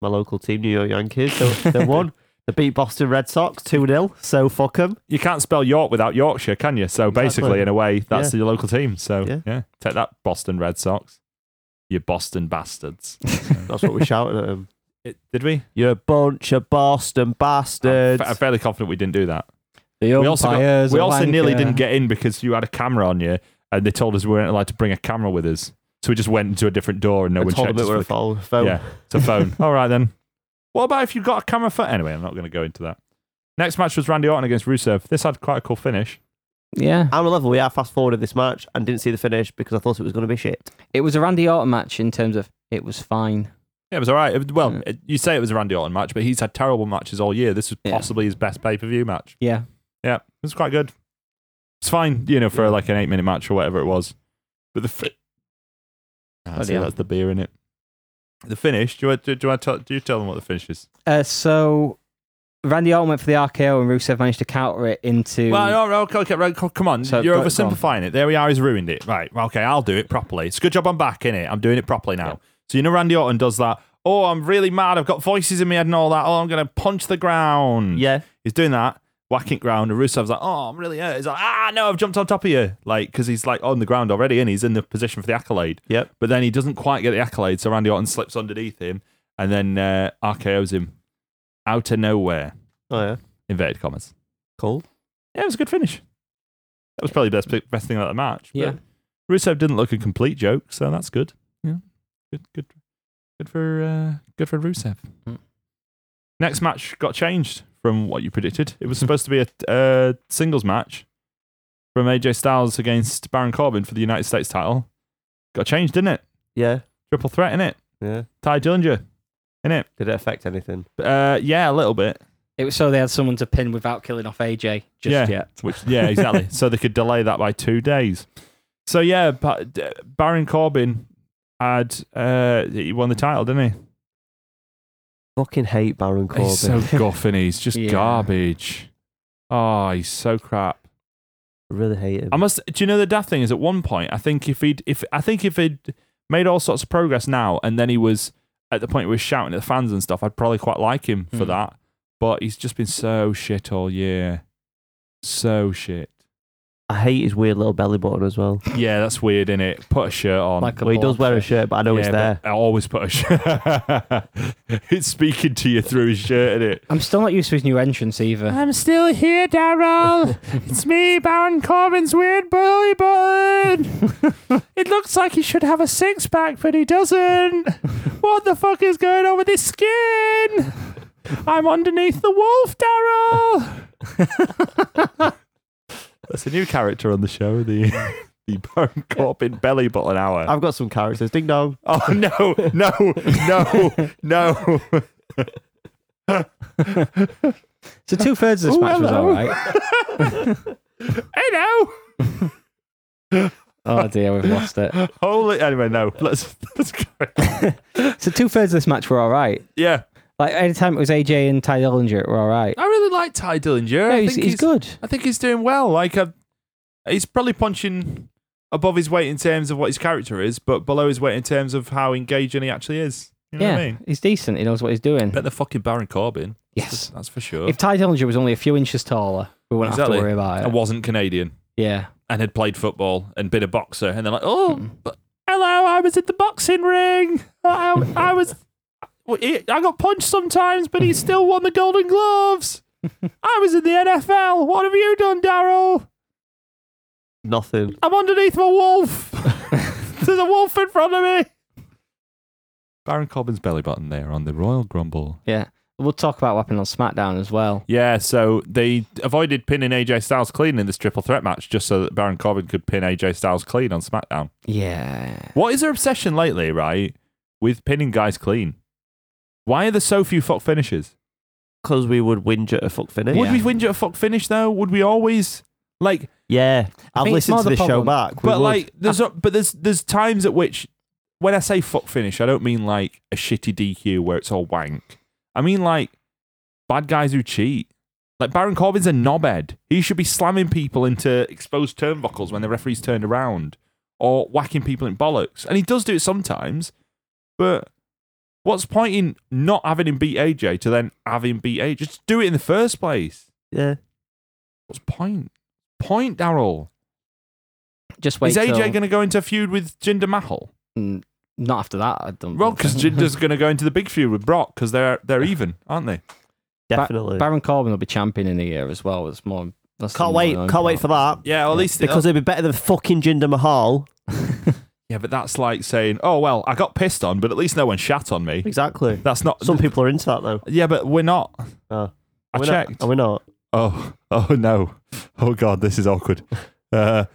My local team, New York Yankees, so they won. They beat Boston Red Sox 2 0, so fuck them. You can't spell York without Yorkshire, can you? So basically, Exactly. in a way, that's your local team. So yeah. Yeah. take that, Boston Red Sox. You Boston bastards. That's what we shouted at them. It, did we? You bunch of Boston I'm, bastards. fa- I'm fairly confident we didn't do that. The We also, got, umpires we are also nearly wanker. didn't get in because you had a camera on you, and they told us we weren't allowed to bring a camera with us. So we just went into a different door, and no I one told checked them us it for were a the foul. foul. Yeah, it's a phone. All right then. What about if you've got a camera phone? Anyway, I'm not going to go into that. Next match was Randy Orton against Rusev. This had quite a cool finish. Yeah. On a level, we are fast forwarded this match and didn't see the finish because I thought it was going to be shit. It was a Randy Orton match in terms of it was fine. Yeah, it was all right. It was- well, Yeah. it- you say it was a Randy Orton match, but he's had terrible matches all year. This was Yeah. possibly his best pay per view match. Yeah. Yeah, it was quite good. It's fine, you know, for Yeah. like an eight minute match or whatever it was. But the. Fi- Ah, Oh, see, dear. that's the beer in it. The finish. Do you, do, do, I tell, do you tell them what the finish is? Uh, so Randy Orton went for the RKO and Rusev managed to counter it into. Well, no, okay, okay, right, come on. So, You're go- go oversimplifying it. There we are. He's ruined it. Right. well, Okay, I'll do it properly. It's a good job I'm back in it. I'm doing it properly now. Yeah. So you know Randy Orton does that. Oh, I'm really mad. I've got voices in my head and all that. Oh, I'm gonna punch the ground. Yeah. He's doing that, whacking ground, and Rusev's like, "Oh, I'm really hurt." He's like, "Ah, no, I've jumped on top of you," like because he's like on the ground already and he's in the position for the accolade. Yep. But then he doesn't quite get the accolade, so Randy Orton slips underneath him and then uh, RKO's him out of nowhere. Oh, yeah. Inverted commas. Cool. Yeah, it was a good finish. That was probably the best, best thing about the match. but Yeah. Rusev didn't look a complete joke, so that's good. Yeah. Good, good. Good for uh, good for Rusev. Mm. Next match got changed from what you predicted. It was supposed to be a uh, singles match from AJ Styles against Baron Corbin for the United States title. Got changed, didn't it? Yeah, Triple threat in it. yeah. Ty Dillinger in it. Did it affect anything? Uh, yeah, a little bit. It was so they had someone to pin without killing off AJ just Yeah. yet. Which yeah, exactly. so they could delay that by two days. So yeah, ba- d- Baron Corbin had uh, he won the title, didn't he? Fucking hate Baron Corbin. He's so guffin. He's just Yeah. garbage. Oh, he's so crap. I really hate him. I must. Do you know the daft thing is at one point I think if he'd if I think if he'd made all sorts of progress now and then he was at the point where he was shouting at the fans and stuff, I'd probably quite like him for Hmm. that. But he's just been so shit all year. So shit. I hate his weird little belly button as well. Yeah, that's weird, is it? Put a shirt on. Like a Well, he does wear a shirt, but I know it's Yeah, there. but I always put a shirt. it's speaking to you through his shirt, is it? I'm still not used to his new entrance either. I'm still here, Daryl. it's me, Baron Corbin's weird belly button. it looks like he should have a six pack, but he doesn't. What the fuck is going on with his skin? I'm underneath the wolf, Daryl. That's a new character on the show, the the Baron Corbin belly button hour. I've got some characters. Ding dong. Oh no, no, no, no. So two thirds of this Oh, match was hello. alright. Hello. Oh dear, we've lost it. Holy anyway, no. Let's let's go. So two thirds of this match were alright. Yeah. Like anytime it was AJ and Ty Dillinger, it were alright. I really like Ty Dillinger. No, I he's, think he's good. I think he's doing well. Like uh, he's probably punching above his weight in terms of what his character is, but below his weight in terms of how engaging he actually is. You know yeah, what I mean? he's decent. He knows what he's doing. Bet the fucking Baron Corbin. yes. That's for sure. If Ty Dillinger was only a few inches taller, we wouldn't Exactly. have to worry about it. and wasn't Canadian yeah. and had played football and been a boxer and they're like, Oh, Mm. but hello, I was in the boxing ring. I, I was well, he- I got punched sometimes, but he still won the Golden Gloves. I was in the NFL. What have you done, Daryl? Nothing. I'm underneath a wolf. There's a wolf in front of me. Baron Corbin's belly button there on the Royal Grumble. Yeah. We'll talk about what happened on SmackDown as well. Yeah, so they avoided pinning AJ Styles clean in this triple threat match just so that Baron Corbin could pin AJ Styles clean on SmackDown. Yeah. What is their obsession lately, right? With pinning guys clean. Why are there so few fuck finishes? Because we would whinge at a fuck finish. Would Yeah. we whinge at a fuck finish though? Would we always like Yeah. I've think it's listened more to the this show problem. back. We But would. Ah. like, there's a- but there's there's times at which when I say fuck finish, I don't mean like a shitty DQ where it's all wank. I mean like bad guys who cheat. Like Baron Corbin's a knobhead. He should be slamming people into exposed turnbuckles when the referee's turned around, or whacking people in bollocks. And he does do it sometimes. But what's the point in not having him beat AJ to then have him beat AJ? Just do it in the first place. yeah. What's the point? Point, Daryl. Just wait. Is AJ till- going to go into a feud with Jinder Mahal? Mm, Not after that, I don't. Well, think because so. Jinder's going to go into the big feud with Brock because they're they're even, aren't they? Definitely. Baron Corbin will be champion in a year as well. It's more. That's can't the wait. annoying Can't wait for part. that. Yeah, well, at least uh, Because it'd be better than fucking Jinder Mahal. yeah, but that's like saying, oh well, I got pissed on, but at least no one shat on me. Exactly. That's not. Some people are into that though. yeah, but we're not. Oh. I we're checked. Not, are we not? Oh, oh no. Oh god, this is awkward. Uh,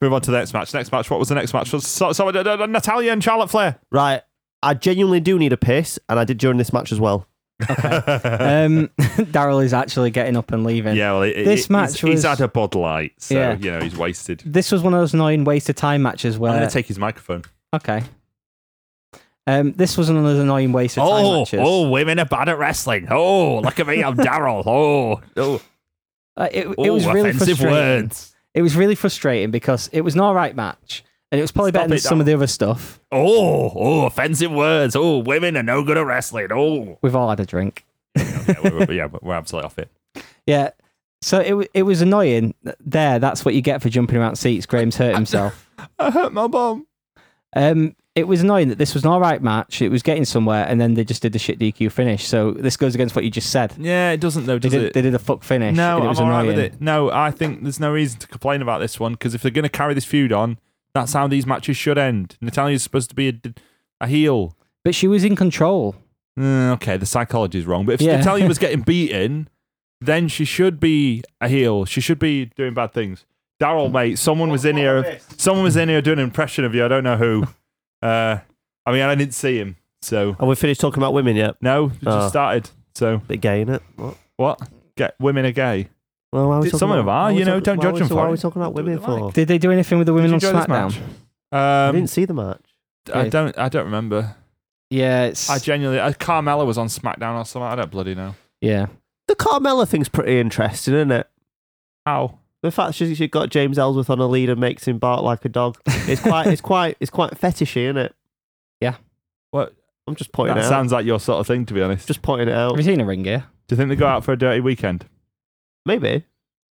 move on to the next match. Next match. What was the next match? Was so, so, uh, Natalia and Charlotte Flair. Right. I genuinely do need a piss, and I did during this match as well. Um, Daryl is actually getting up and leaving. yeah, well, it, This it- match he's, he's was- had a Bud Light, so Yeah. you know he's wasted. This was one of those annoying waste of time matches I'm where. going to take his microphone. okay. Um, this was one of those annoying waste of time Oh, matches. oh, women are bad at wrestling. Oh, look at me, I'm Daryl. Oh, oh, Uh, it, it oh, was really offensive frustrating. words. It was really frustrating because it was an all right match, and it was probably Stop better than it, some of the other stuff. Oh, oh, offensive words. Oh, women are no good at wrestling. Oh, We've all had a drink. yeah, we're, yeah, we're absolutely off it. Yeah. So it wa- it was annoying. There, that's what you get for jumping around seats. Graham's hurt himself. I hurt my bum. Um, it was annoying that this was an all right match. It was getting somewhere, and then they just did the shit DQ finish. So this goes against what you just said. Yeah, it doesn't though, They does did, it? they did a fuck finish. no, and it I'm was all right annoying. with it. No, I think there's no reason to complain about this one because if they're going to carry this feud on, that's how these matches should end. Natalia's supposed to be a, d- a heel. But But she was in control. Mm, okay, the psychology's wrong. But if Yeah. Natalia was getting beaten, then she should be a heel. She should be doing bad things. Hmm. Daryl, mate, someone was in here. Someone was in here doing an impression of you. I don't know who. Uh, I mean, I didn't see him, so And we finished talking about women yet. no, it just Oh. started. So Bit gay in it. What? what? Get women are gay. Well, why are we Did- talking some about, of them are, why we you know, talking- don't why are judge we- them Why for are we it. talking about Do it women with the for? Did they do anything with the women on Did you enjoy this SmackDown? I match? Um, didn't see the match. I don't. I don't remember. Yeah, it's I genuinely. Uh, Carmella was on SmackDown or something. I don't bloody know. yeah. The Carmella thing's pretty interesting, isn't it? How? The fact she, she got James Ellsworth on a lead and makes him bark like a dog. It's quite, it's quite, it's quite fetishy, isn't it? Yeah. What? I'm just pointing That it out. sounds like your sort of thing, to be honest. Just pointing it Have out. you seen a ring gear? Do you think they go out for a dirty weekend? Maybe.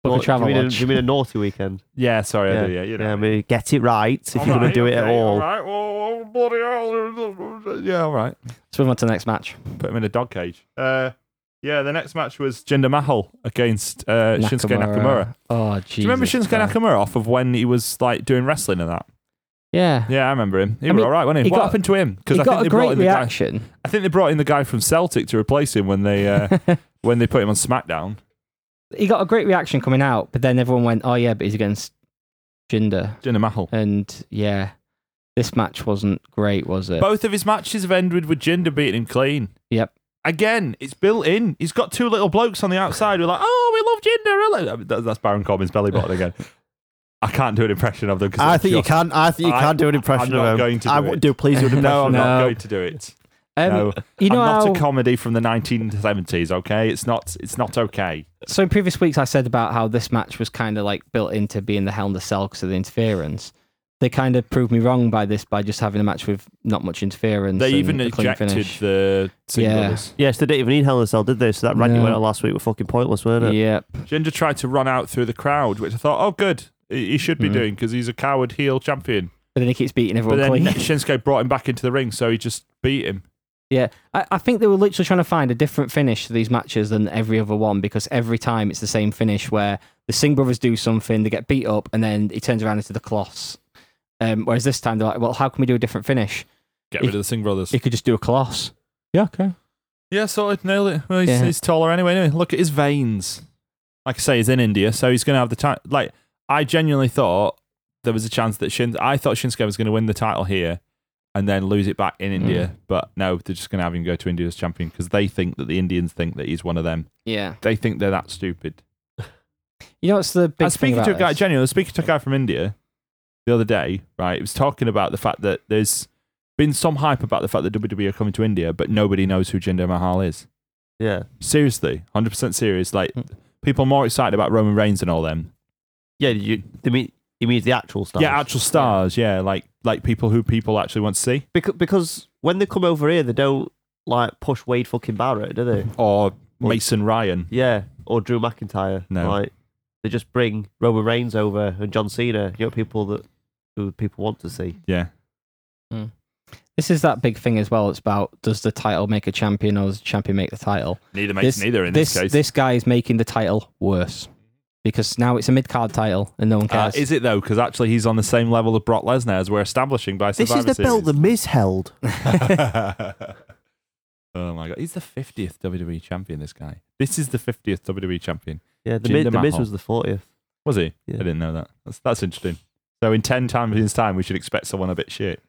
Book Or a travel do, you mean a, lodge. do you mean a naughty weekend? Yeah, sorry, Yeah. I do. Yeah, you know. yeah, I mean, get it right if you're going to do it at all. right. Well, bloody hell. Yeah, all right. Let's move on to the next match. Put him in a dog cage. Uh, yeah, the next match was Jinder Mahal against uh, Shinsuke Nakamura. Oh, Jesus. Do you remember Shinsuke Christ. Nakamura off of when he was like doing wrestling and that? Yeah. Yeah, I remember him. He I was mean, all right, wasn't he? he what got- happened to him? He I got a they brought great in the guy. reaction. I think they brought in the guy from Celtic to replace him when they uh, when they put him on SmackDown. he got a great reaction coming out, but then everyone went, "Oh yeah, but he's against Jinder," Jinder Mahal. and yeah, this match wasn't great, was it? Both of his matches have ended with Jinder beating him clean. Yep. Again, it's built in. He's got two little blokes on the outside. We're like, oh, we love Jinder. I mean, that- that's Baron Corbin's belly button again. I can't do an impression of them. 'cause I it's think you just- can. I think you I- can do an impression I'm of not him. going to I do w- it. do please do an impression No, I'm of him. not No. going to do it. Um, no, you know I'm not how, a comedy from the 1970s. Okay, it's not. It's not okay. so in previous weeks I said about how this match was kind of like built into being the Hell in the Cell because of the interference. They kind of proved me wrong by this by just having a match with not much interference. They and even a clean ejected finish. the singles. Yes, they didn't even need Hell in a Cell, did they? So that rant you No. went on last week were fucking pointless, weren't it? Yep. Jinder tried to run out through the crowd, which I thought, oh, good. He he should be Hmm. doing because he's a coward heel champion. But then he keeps beating But everyone then clean. Shinsuke brought him back into the ring, so he just beat him. I, I think they were literally trying to find a different finish to these matches than every other one because every time it's the same finish where the Singh brothers do something, they get beat up, and then he turns around into the cloths. Um, whereas this time they're like, well, how can we do a different finish? Get He- rid of the Singh brothers. He could just do a cloths. Yeah, okay. Yeah, sorted, nailed it. Well, he's, Yeah. he's taller anyway. Anyway, look at his veins. Like I say, he's in India, so he's going to have the title. Like I genuinely thought there was a chance that Shin. I thought Shinsuke was going to win the title here and then lose it back in India, but no, they're just going to have him go to India as champion because they think that the Indians think that he's one of them. Yeah. They think they're that stupid. You know what's the big I was thing speaking to a about guy, this? genuinely, I was speaking to a guy from India the other day, right? He was talking about the fact that there's been some hype about the fact that WWE are coming to India, but nobody knows who Jinder Mahal is. Yeah. Seriously, hundred percent serious. Like Mm. people are more excited about Roman Reigns and all them. Yeah, you, they mean, he means the actual stuff. Yeah, actual stars. Yeah. like like people who people actually want to see. Because, because when they come over here, they don't like push Wade fucking Barrett, do they? Or Mason Ryan. Yeah, or Drew McIntyre. No. like they just bring Roman Reigns over and John Cena. You know, people that who people want to see. Yeah, This is that big thing as well. It's about does the title make a champion or does the champion make the title? neither makes This- neither in This this guy is making the title worse because now it's a mid card title and no one cares. Uh, is it though? Because actually, he's on the same level of Brock Lesnar as we're establishing by Survivor Series. Miz held. oh my god, he's the fiftieth WWE champion. This guy. This is the fiftieth WWE champion. Yeah, the Jinder Miz, the Miz Mahal. was the fortieth. Was he? Yeah. I didn't know that. That's that's interesting. So in ten champions' time, we should expect someone a bit shit.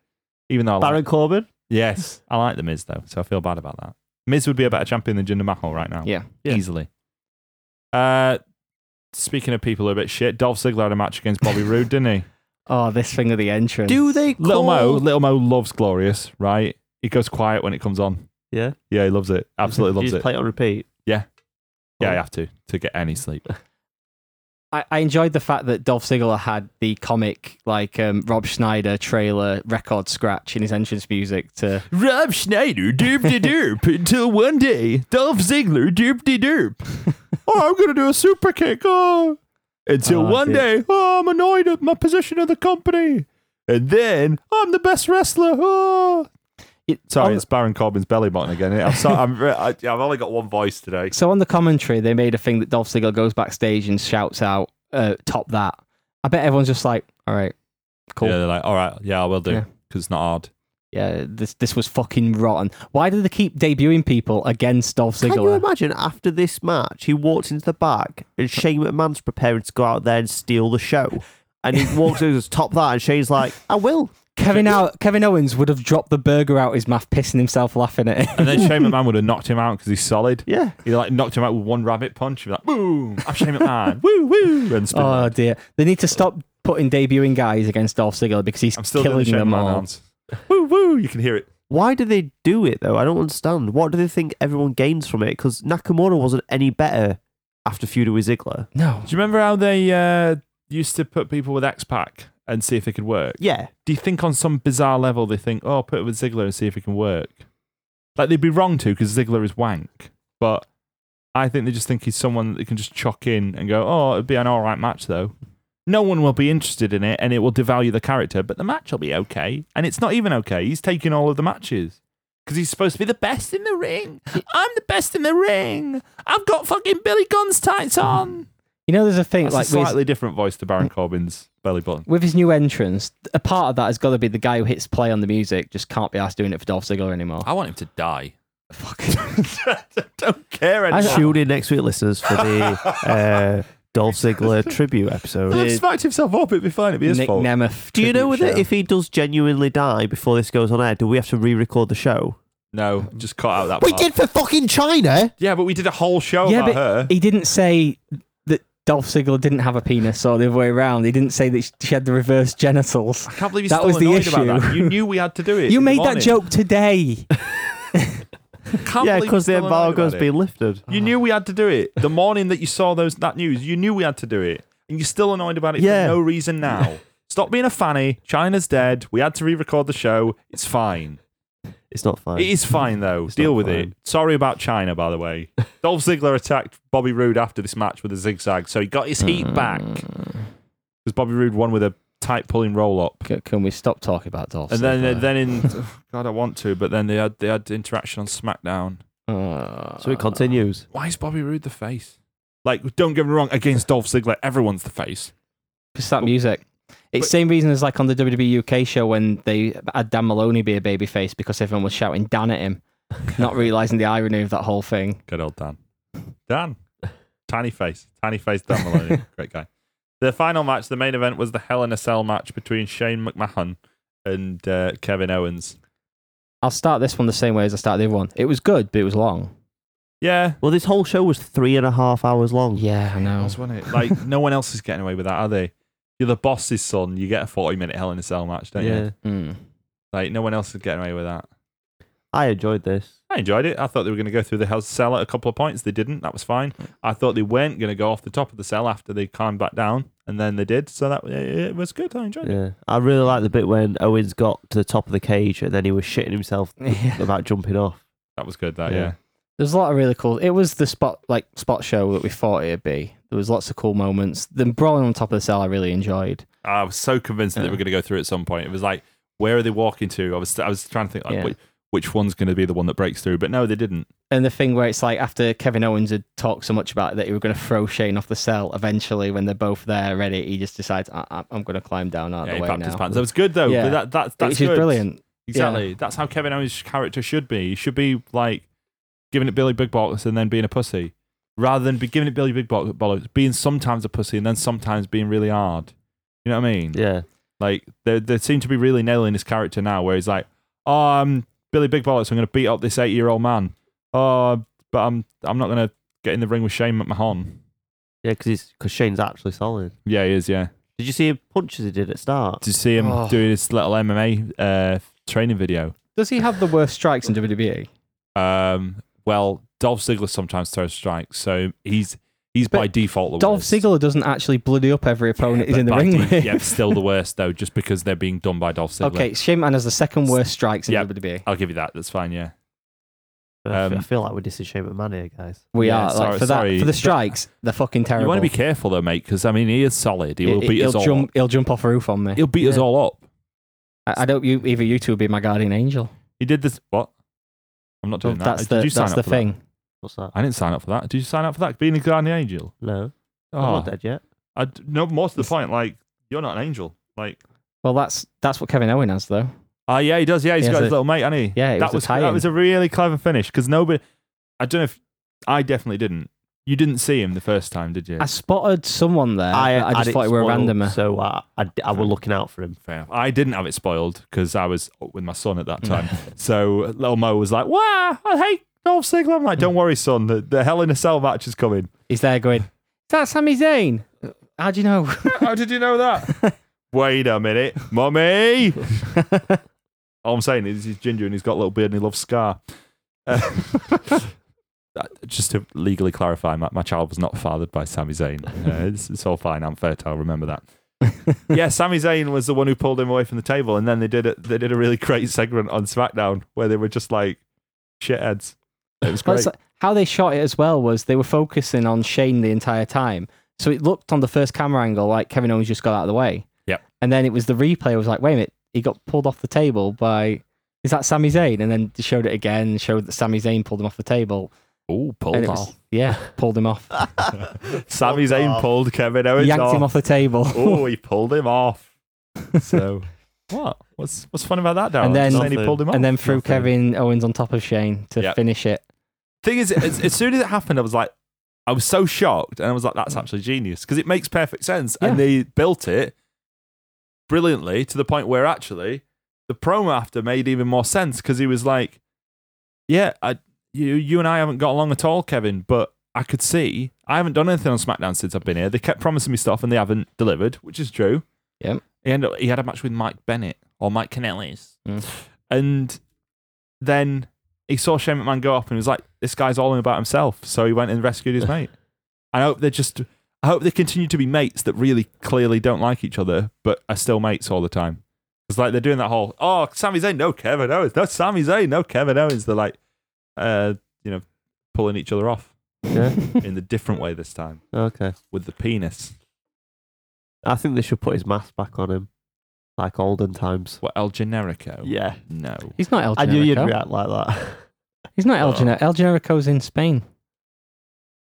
Even though I like Baron Corbin. Yes, I like the Miz though, so I feel bad about that. Miz would be a better champion than Jinder Mahal right now. Yeah. Yeah. easily. Uh, speaking of people who are a bit shit, Dolph Ziggler had a match against Bobby Roode, didn't he? Oh, this thing of the entrance. Do they call? Little Mo, Little Mo loves Glorious, right? He goes quiet when it comes on. Yeah, Yeah, he loves it. Absolutely you loves just it. Play it on repeat. Yeah, I have to to get any sleep. I, I enjoyed the fact that Dolph Ziggler had the comic like um, Rob Schneider trailer record scratch in his entrance music to Rob Schneider, derp de derp, until one day, Dolph Ziggler, derp de derp. Oh, I'm going to do a super kick. Oh. Until Oh, one dear. day, oh, I'm annoyed at my position in the company. And then I'm the best wrestler. Oh. It- Sorry, on- it's Baron Corbin's belly button again. I'm sorry, I'm, re- I, I've only got one voice today. so on the commentary they made a thing that Dolph Ziggler goes backstage and shouts out uh, top that I bet everyone's just like all right cool Yeah, they're like, all right, yeah, I will do Yeah. because it's not hard. yeah, this this was fucking rotten. Why do they keep debuting people against Dolph Can you Ziggler? imagine after this match, he walks into the back and Shane McMahon's preparing to go out there and steal the show. And he walks over to top that, and Shane's like, I will. Kevin Ow- Kevin Owens would have dropped the burger out his mouth, pissing himself laughing at it. And then Shane McMahon would have knocked him out because he's solid. Yeah. He like knocked him out with one rabbit punch. He'd be like, boom, I'm Shane McMahon. woo, woo. And spin. oh dear, they need to stop putting debuting guys against Dolph Ziggler because he's I'm still doing the Shane killing them McMahon all. arms. Woo, woo. You can hear it. Why do they do it, though? I don't understand. What do they think everyone gains from it? Because Nakamura wasn't any better after feuding with Ziggler. No, Do you remember how they uh, used to put people with X Pac and see if they could work? Yeah. Do you think on some bizarre level they think, oh, put it with Ziggler and see if it can work? Like they'd be wrong to because Ziggler is wank, but I think they just think he's someone that they can just chuck in and go, oh, it'd be an all right match though. No one will be interested in it, and it will devalue the character, but the match will be okay, and it's not even okay. He's taking all of the matches. Because he's supposed to be the best in the ring. I'm the best in the ring. I've got fucking Billy Gunn's tights on. you know there's a thing That's like a with- slightly different voice to Baron Corbin's belly button. with his new entrance, a part of that has got to be the guy who hits play on the music just can't be asked doing it for Dolph Ziggler anymore. I want him to die. Fuck. Don't care I- anymore. Tune in next week, listeners, for the uh, Dolph Ziggler tribute episode. He'll have smacked himself up. It'd be fine. It'd be his Nick fault. Nemeth. Do you know tribute whether show. if he does genuinely die before this goes on air, do we have to re record the show? no, just cut out that. We part. did for fucking China. Yeah, but we did a whole show Yeah, about but her. he didn't say that Dolph Ziggler didn't have a penis or the other way around. He didn't say that she had the reverse genitals. I can't believe he's that still was the annoyed about that. issue. You knew we had to do it. You in the made that morning. joke today. Can't Yeah, believe because the he's still annoyed embargo's about it. been lifted. You knew we had to do it the morning that you saw those that news. You knew we had to do it, and you're still annoyed about it Yeah. for no reason now. Stop being a fanny. China's dead. We had to re-record the show. It's fine. It's not fine. It is fine though. It's Deal not with it. fine. Sorry about China, by the way. Dolph Ziggler attacked Bobby Roode after this match with a zigzag, so he got his Hmm. heat back because Bobby Roode won with a tight pulling roll up. C- Can we stop talking about Dolph? And then, Ziggler? then in God, I want to, but then they had they had interaction on SmackDown. Uh, So it continues. Why is Bobby Roode the face? Like, don't get me wrong, against Dolph Ziggler, everyone's the face. It's that music. It's But- same reason as like on the WWE UK show when they had Dan Maloney be a babyface because everyone was shouting Dan at him, not realizing the irony of that whole thing. Good old Dan. Dan. Tiny face. Tiny face Dan Maloney. Great guy. The final match, the main event, was the Hell in a Cell match between Shane McMahon and uh, Kevin Owens. I'll start this one the same way as I started the other one. It was good, but it was long. Yeah. Well, this whole show was three and a half hours long. Yeah, I know. That's wasn't it. Like, no one else is getting away with that, are they? You're the boss's son. You get a 40 minute Hell in a Cell match, don't you? Mm. Like, no one else is getting away with that. I enjoyed this. I enjoyed it. I thought they were going to go through the hell cell at a couple of points. They didn't. That was fine. I thought they weren't going to go off the top of the cell after they climbed back down, and then they did. So that it was good. I enjoyed it. Yeah, I really liked the bit when Owens got to the top of the cage and then he was shitting himself Yeah. about jumping off. That was good. That yeah. Yeah. There's a lot of really cool. It was the spot like spot show that we thought it'd be. There was lots of cool moments. The brawling on top of the cell, I really enjoyed. I was so convinced that they were going to go through at some point. It was like, where are they walking to? I was I was trying to think like, Yeah. which, which one's going to be the one that breaks through, but no, they didn't. And the thing where it's like after Kevin Owens had talked so much about it that he was going to throw Shane off the cell. Eventually, when they're both there ready, he just decides I- I- I'm going to climb down out Yeah, he of the way packed now. his pants. That was good though. Yeah. That, that, that's which is good. brilliant. Exactly. Yeah. That's how Kevin Owens' character should be. He should be like giving it Billy Big Bollocks and then being a pussy, rather than be giving it Billy Big Bo- Bollocks, being sometimes a pussy and then sometimes being really hard. You know what I mean? Yeah, Like they they seem to be really nailing his character now, where he's like, "Oh, I'm Billy Big Bollocks. I'm going to beat up this eight-year-old man. Oh, but I'm I'm not going to get in the ring with Shane McMahon." yeah, because because Shane's actually solid. Yeah, he is. Yeah. Did you see him punches he did at start? Did you see him Oh. doing his little MMA uh, training video? Does he have the worst strikes in E? WWE? Um, well, Dolph Ziggler sometimes throws strikes, so he's he's by But default the Dolph worst. Ziggler doesn't actually bloody up every opponent he's But in the by ring de- with. yeah, still the worst though, just because they're being done by Dolph Ziggler. okay, Shane Man has the second worst strikes in E. Yeah. WWE. I'll give you that. That's fine. Yeah, I um, feel- I feel like we're dissing Shane McMahon here, guys. We Yeah, are like, sorry- for that sorry. for the strikes, they're fucking terrible. you want to be careful though, mate, because I mean he is solid. He will beat will us all. jump. up. He'll jump off a roof on me. He'll beat us Yeah. all up. I, I don't. You either you two will be my guardian angel. He did this. What? I'm not doing that. that's Did the you sign that's up the for that? thing. What's that? I didn't sign up for that. Did you sign up for that? Being a guardian angel. No, I'm Oh, not dead yet. I d- no. More to the point, like you're not an angel. Like Well, that's that's what Kevin Owen has though. Oh yeah, he does. Yeah, he's He got has his a- little mate, hasn't he? Yeah, it that was a was tie-in. that was a really clever finish because nobody. I don't know if I definitely didn't. You didn't see him the first time, did you? I spotted someone there. I, I had just thought it were a spoiled, randomer. So uh, I, d- I were looking out for him. Fair enough. I didn't have it spoiled because I was with my son at that time. so little Mo was like, "Wow, I hate Dolph Ziggler." I'm like, "Don't worry, son. The, the Hell in a Cell match is coming." He's there going, Is that Sami Zayn? How do you know? How did you know that? Wait a minute, mummy. All I'm saying is he's ginger and he's got a little beard and he loves Scar. Uh, that- just to legally clarify, my, my child was not fathered by Sami Zayn. Uh, it's, it's all fine. I'm fertile. Remember that. yeah, Sami Zayn was the one who pulled him away from the table, and then they did a, they did a really great segment on SmackDown where they were just like shitheads. It was Well, great. it's like- how they shot it as well was they were focusing on Shane the entire time. So it looked on the first camera angle like Kevin Owens just got out of the way. Yep. And then it was the replay was like, wait a minute, he got pulled off the table by is that Sami Zayn? And then they showed it again, showed that Sami Zayn pulled him off the table. oh, and pulled it was, yeah, pulled him off. Sami Pulled Zayn off. pulled Kevin Owens yanked off. him off the table. oh, he pulled him off. So what? What's what's fun about that, Darren? And then- Just saying he Nothing. pulled him off. and then threw Nothing. Kevin Owens on top of Shane to Yep. finish it. Thing is, as, as soon as it happened, I was like, I was so shocked, and I was like, that's actually genius because it makes perfect sense, and Mm. Yeah. they built it brilliantly to the point where actually the promo after made even more sense because he was like, yeah, I, you you and I haven't got along at all, Kevin, but. I could see I haven't done anything on SmackDown since I've been here. They kept promising me stuff and they haven't delivered, which is true. Yep. He ended up, he had a match with Mike Bennett or Mike Kanellis. Mm. And then he saw Shane McMahon go up and he was like, This guy's all in about himself. So he went and rescued his mate. I hope they're just I hope they continue to be mates that really clearly don't like each other, but are still mates all the time. It's like they're doing that whole oh Sami Zayn, no Kevin Owens, no Sami Zayn, no Kevin Owens. They're like uh, you know, pulling each other off Yeah. in the different way this time okay. with the penis. I think they should put his mask back on him, like olden times. What El Generico? Yeah. No. He's not El I knew you'd Generico. react like that. He's not El Oh. Generico. El Generico's in Spain.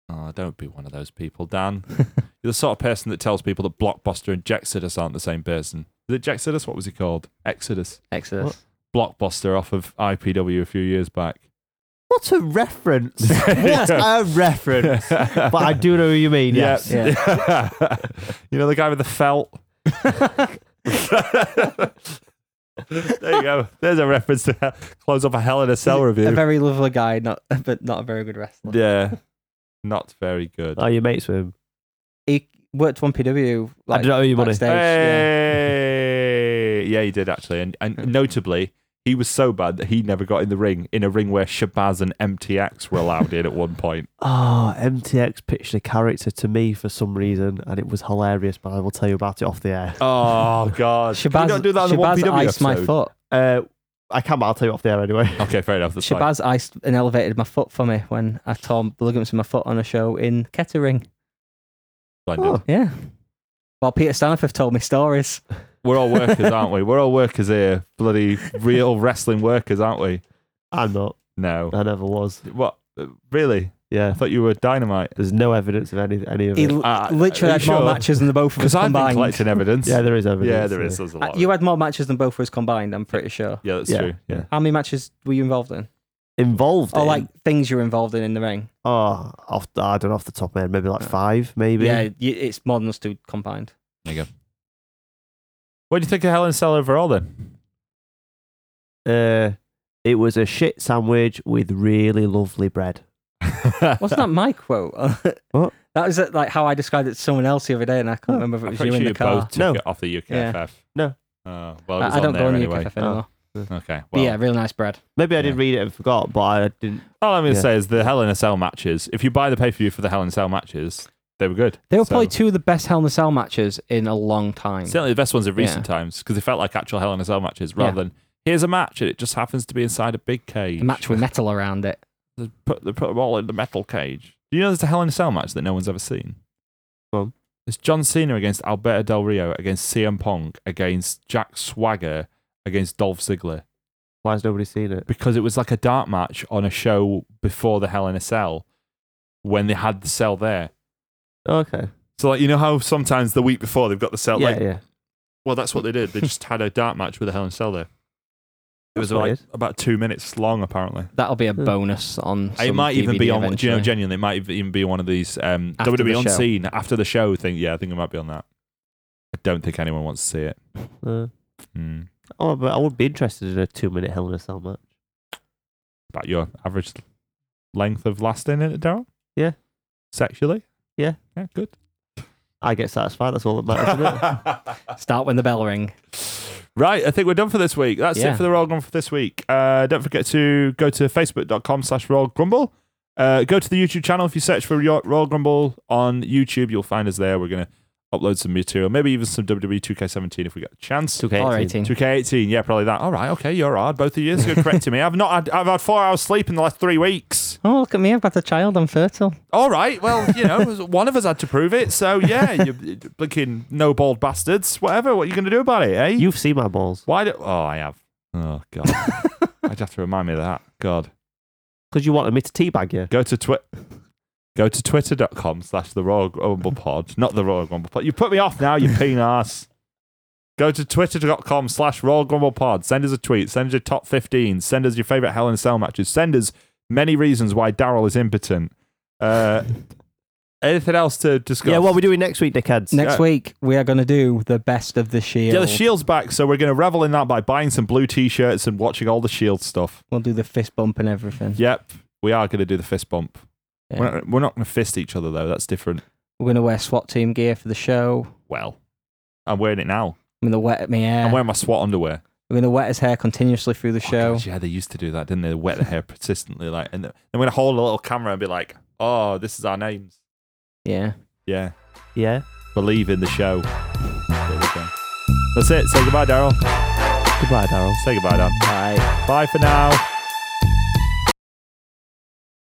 Oh, don't be one of those people, Dan. You're the sort of person that tells people that Blockbuster and Jexodus aren't the same person. Is it Jexodus? What was he called? Exodus. Exodus. What? Blockbuster off of IPW a few years back. What a reference! what a reference! but But I do know who you mean. Yes. you know the guy with the felt? there you go. There's a reference to close off a Hell in a Cell A review. very lovely guy, not but not a very good wrestler. Yeah. Not very good. Are you mates with him? He worked one PW. I Like, don't know who you want backstage. to. Hey! Yeah. he did actually, and and notably, he was so bad that he never got in the ring in a ring where Shabazz and MTX were allowed in at one point. Oh, MTX pitched a character to me for some reason, and it was hilarious. But I will tell you about it off the air. Oh God! Can Shabazz, you don't do that on the one Shabazz PW iced my episode? foot. Uh, I can, but I'll tell you off the air anyway. Okay, fair enough. That's fine. Shabazz iced and elevated my foot for me when I tore ligaments in my foot on a show in Kettering. Blended. Oh. Yeah. While Peter Staniforth told me stories. We're all workers, aren't we? We're all workers here. Bloody real wrestling workers, aren't we? I'm not. No. Uh, I never was. What? Uh, Really? I Yeah. thought you were dynamite. There's no evidence of any any of He it. l- Uh, literally are had you more sure? matches than the both of us Because I've been combined. collecting evidence. yeah, there is evidence. yeah, there is. There's a Uh, lot. of you it. had more matches than both of us combined, I'm pretty sure. yeah, that's Yeah. true. Yeah. How many matches were you involved in? Involved. Or in- Oh, like things you were involved in in the ring? Oh, off the, I don't know off the top of my head, maybe like five, maybe. Yeah, you, it's more than us two combined. There you go. What do you think of Hell in a Cell overall then? Uh, it was a shit sandwich with really lovely bread. Wasn't that my quote? What? That was uh, like how I described it to someone else the other day, and I can't Oh, remember if it I'm was pretty you in sure the car. both took No. it off the UKFF. No. Oh, well, it was I, I on don't go there on the anyway. UKFF Oh. anymore. Okay. But Well, yeah, really nice bread. Maybe I Yeah. did read it and forgot, but I didn't. all I'm going to Yeah. say is the Hell in a Cell matches. If you buy the pay per view for the Hell in a Cell matches, they were good. They were So- probably two of the best Hell in a Cell matches in a long time. certainly the best ones of recent times because they felt like actual Hell in a Cell matches rather Yeah. than here's a match and it just happens to be inside a big cage. a match with metal around it. They put they put them all in the metal cage. Do you know there's a Hell in a Cell match that no one's ever seen? Go on. It's John Cena against Alberto Del Rio against CM Punk against Jack Swagger against Dolph Ziggler. Why has nobody seen it? because it was like a dark match on a show before the Hell in a Cell when they had the cell there. Oh, Okay. So like you know how sometimes the week before they've got the cell yeah, like yeah. well that's what they did. They just had a dark match with the Hell in a Cell there. It was That's like weird. about two minutes long, apparently. That'll be a Hmm. bonus on. it some might even DVD be on, do you know, eventually. genuinely, it might even be one of these um, After the WWE show. Unseen after the show thing. Yeah, I think it might be on that. I don't think anyone wants to see it. Uh, Hmm. oh, but I would be interested in a two-minute Hell in a Cell match. About your average length of lasting in it, Daryl? Yeah. Sexually? Yeah. Yeah, good. I get satisfied. That's all that matters. isn't it? Start when the bell ring. Right, I think we're done for this week. That's Yeah. it for the Royal Grumble for this week. Uh, don't forget to go to facebook.com slash Royal Grumble. Uh, go to the YouTube channel. If you search for Ro- Royal Grumble on YouTube, you'll find us there. We're going to upload some material, maybe even some E WWE 2K17 if we get a chance. 2K. All it's- eighteen. 2K18, yeah, probably that. All right, okay, you're hard. Both of you, you're correcting me. I've not had, I've had four hours sleep in the last three weeks. Oh look at me! I've got a child. I'm fertile. All right, well, you know, one of us had to prove it. So yeah, you blinking no bald bastards. Whatever. What are you going to do about it, eh? You've seen my balls Why do? Oh, I have. Oh God, I'd have to remind me of that. God, because you wanted me to teabag you. go to Twitter. Go to twitter.com slash the Royal Rumble Pod. Not the Royal Rumble Pod. You put me off now, you peen ass. Go to twitter.com slash Royal Rumble Pod. Send us a tweet. Send us your top 15. Send us your favourite Hell in a Cell matches. Send us many reasons why Daryl is impotent. Uh, anything else to discuss? Yeah, what are we doing next week, dickheads? Next Yeah. week we are going to do the best of the shield. Yeah, the Shield's back, so we're going to revel in that by buying some blue t shirts and watching all the Shield stuff. We'll do the fist bump and everything. Yep, we are going to do the fist bump. Yeah. We're not, we're not going to fist each other though. That's different. We're going to wear SWAT team gear for the show. Well, I'm wearing it now. I'm going to wet at my hair. I'm wearing my SWAT underwear. We're going to wet his hair continuously through the Oh, show. God, yeah, they used to do that, didn't they? They Wet the hair persistently, like, and then I'm going to hold a little camera and be like, "Oh, this is our names." yeah. Yeah, Yeah. believe in the show. There we go. That's it. Say goodbye, Daryl. Goodbye, Daryl. Say goodbye, Dan. Bye. Bye for now.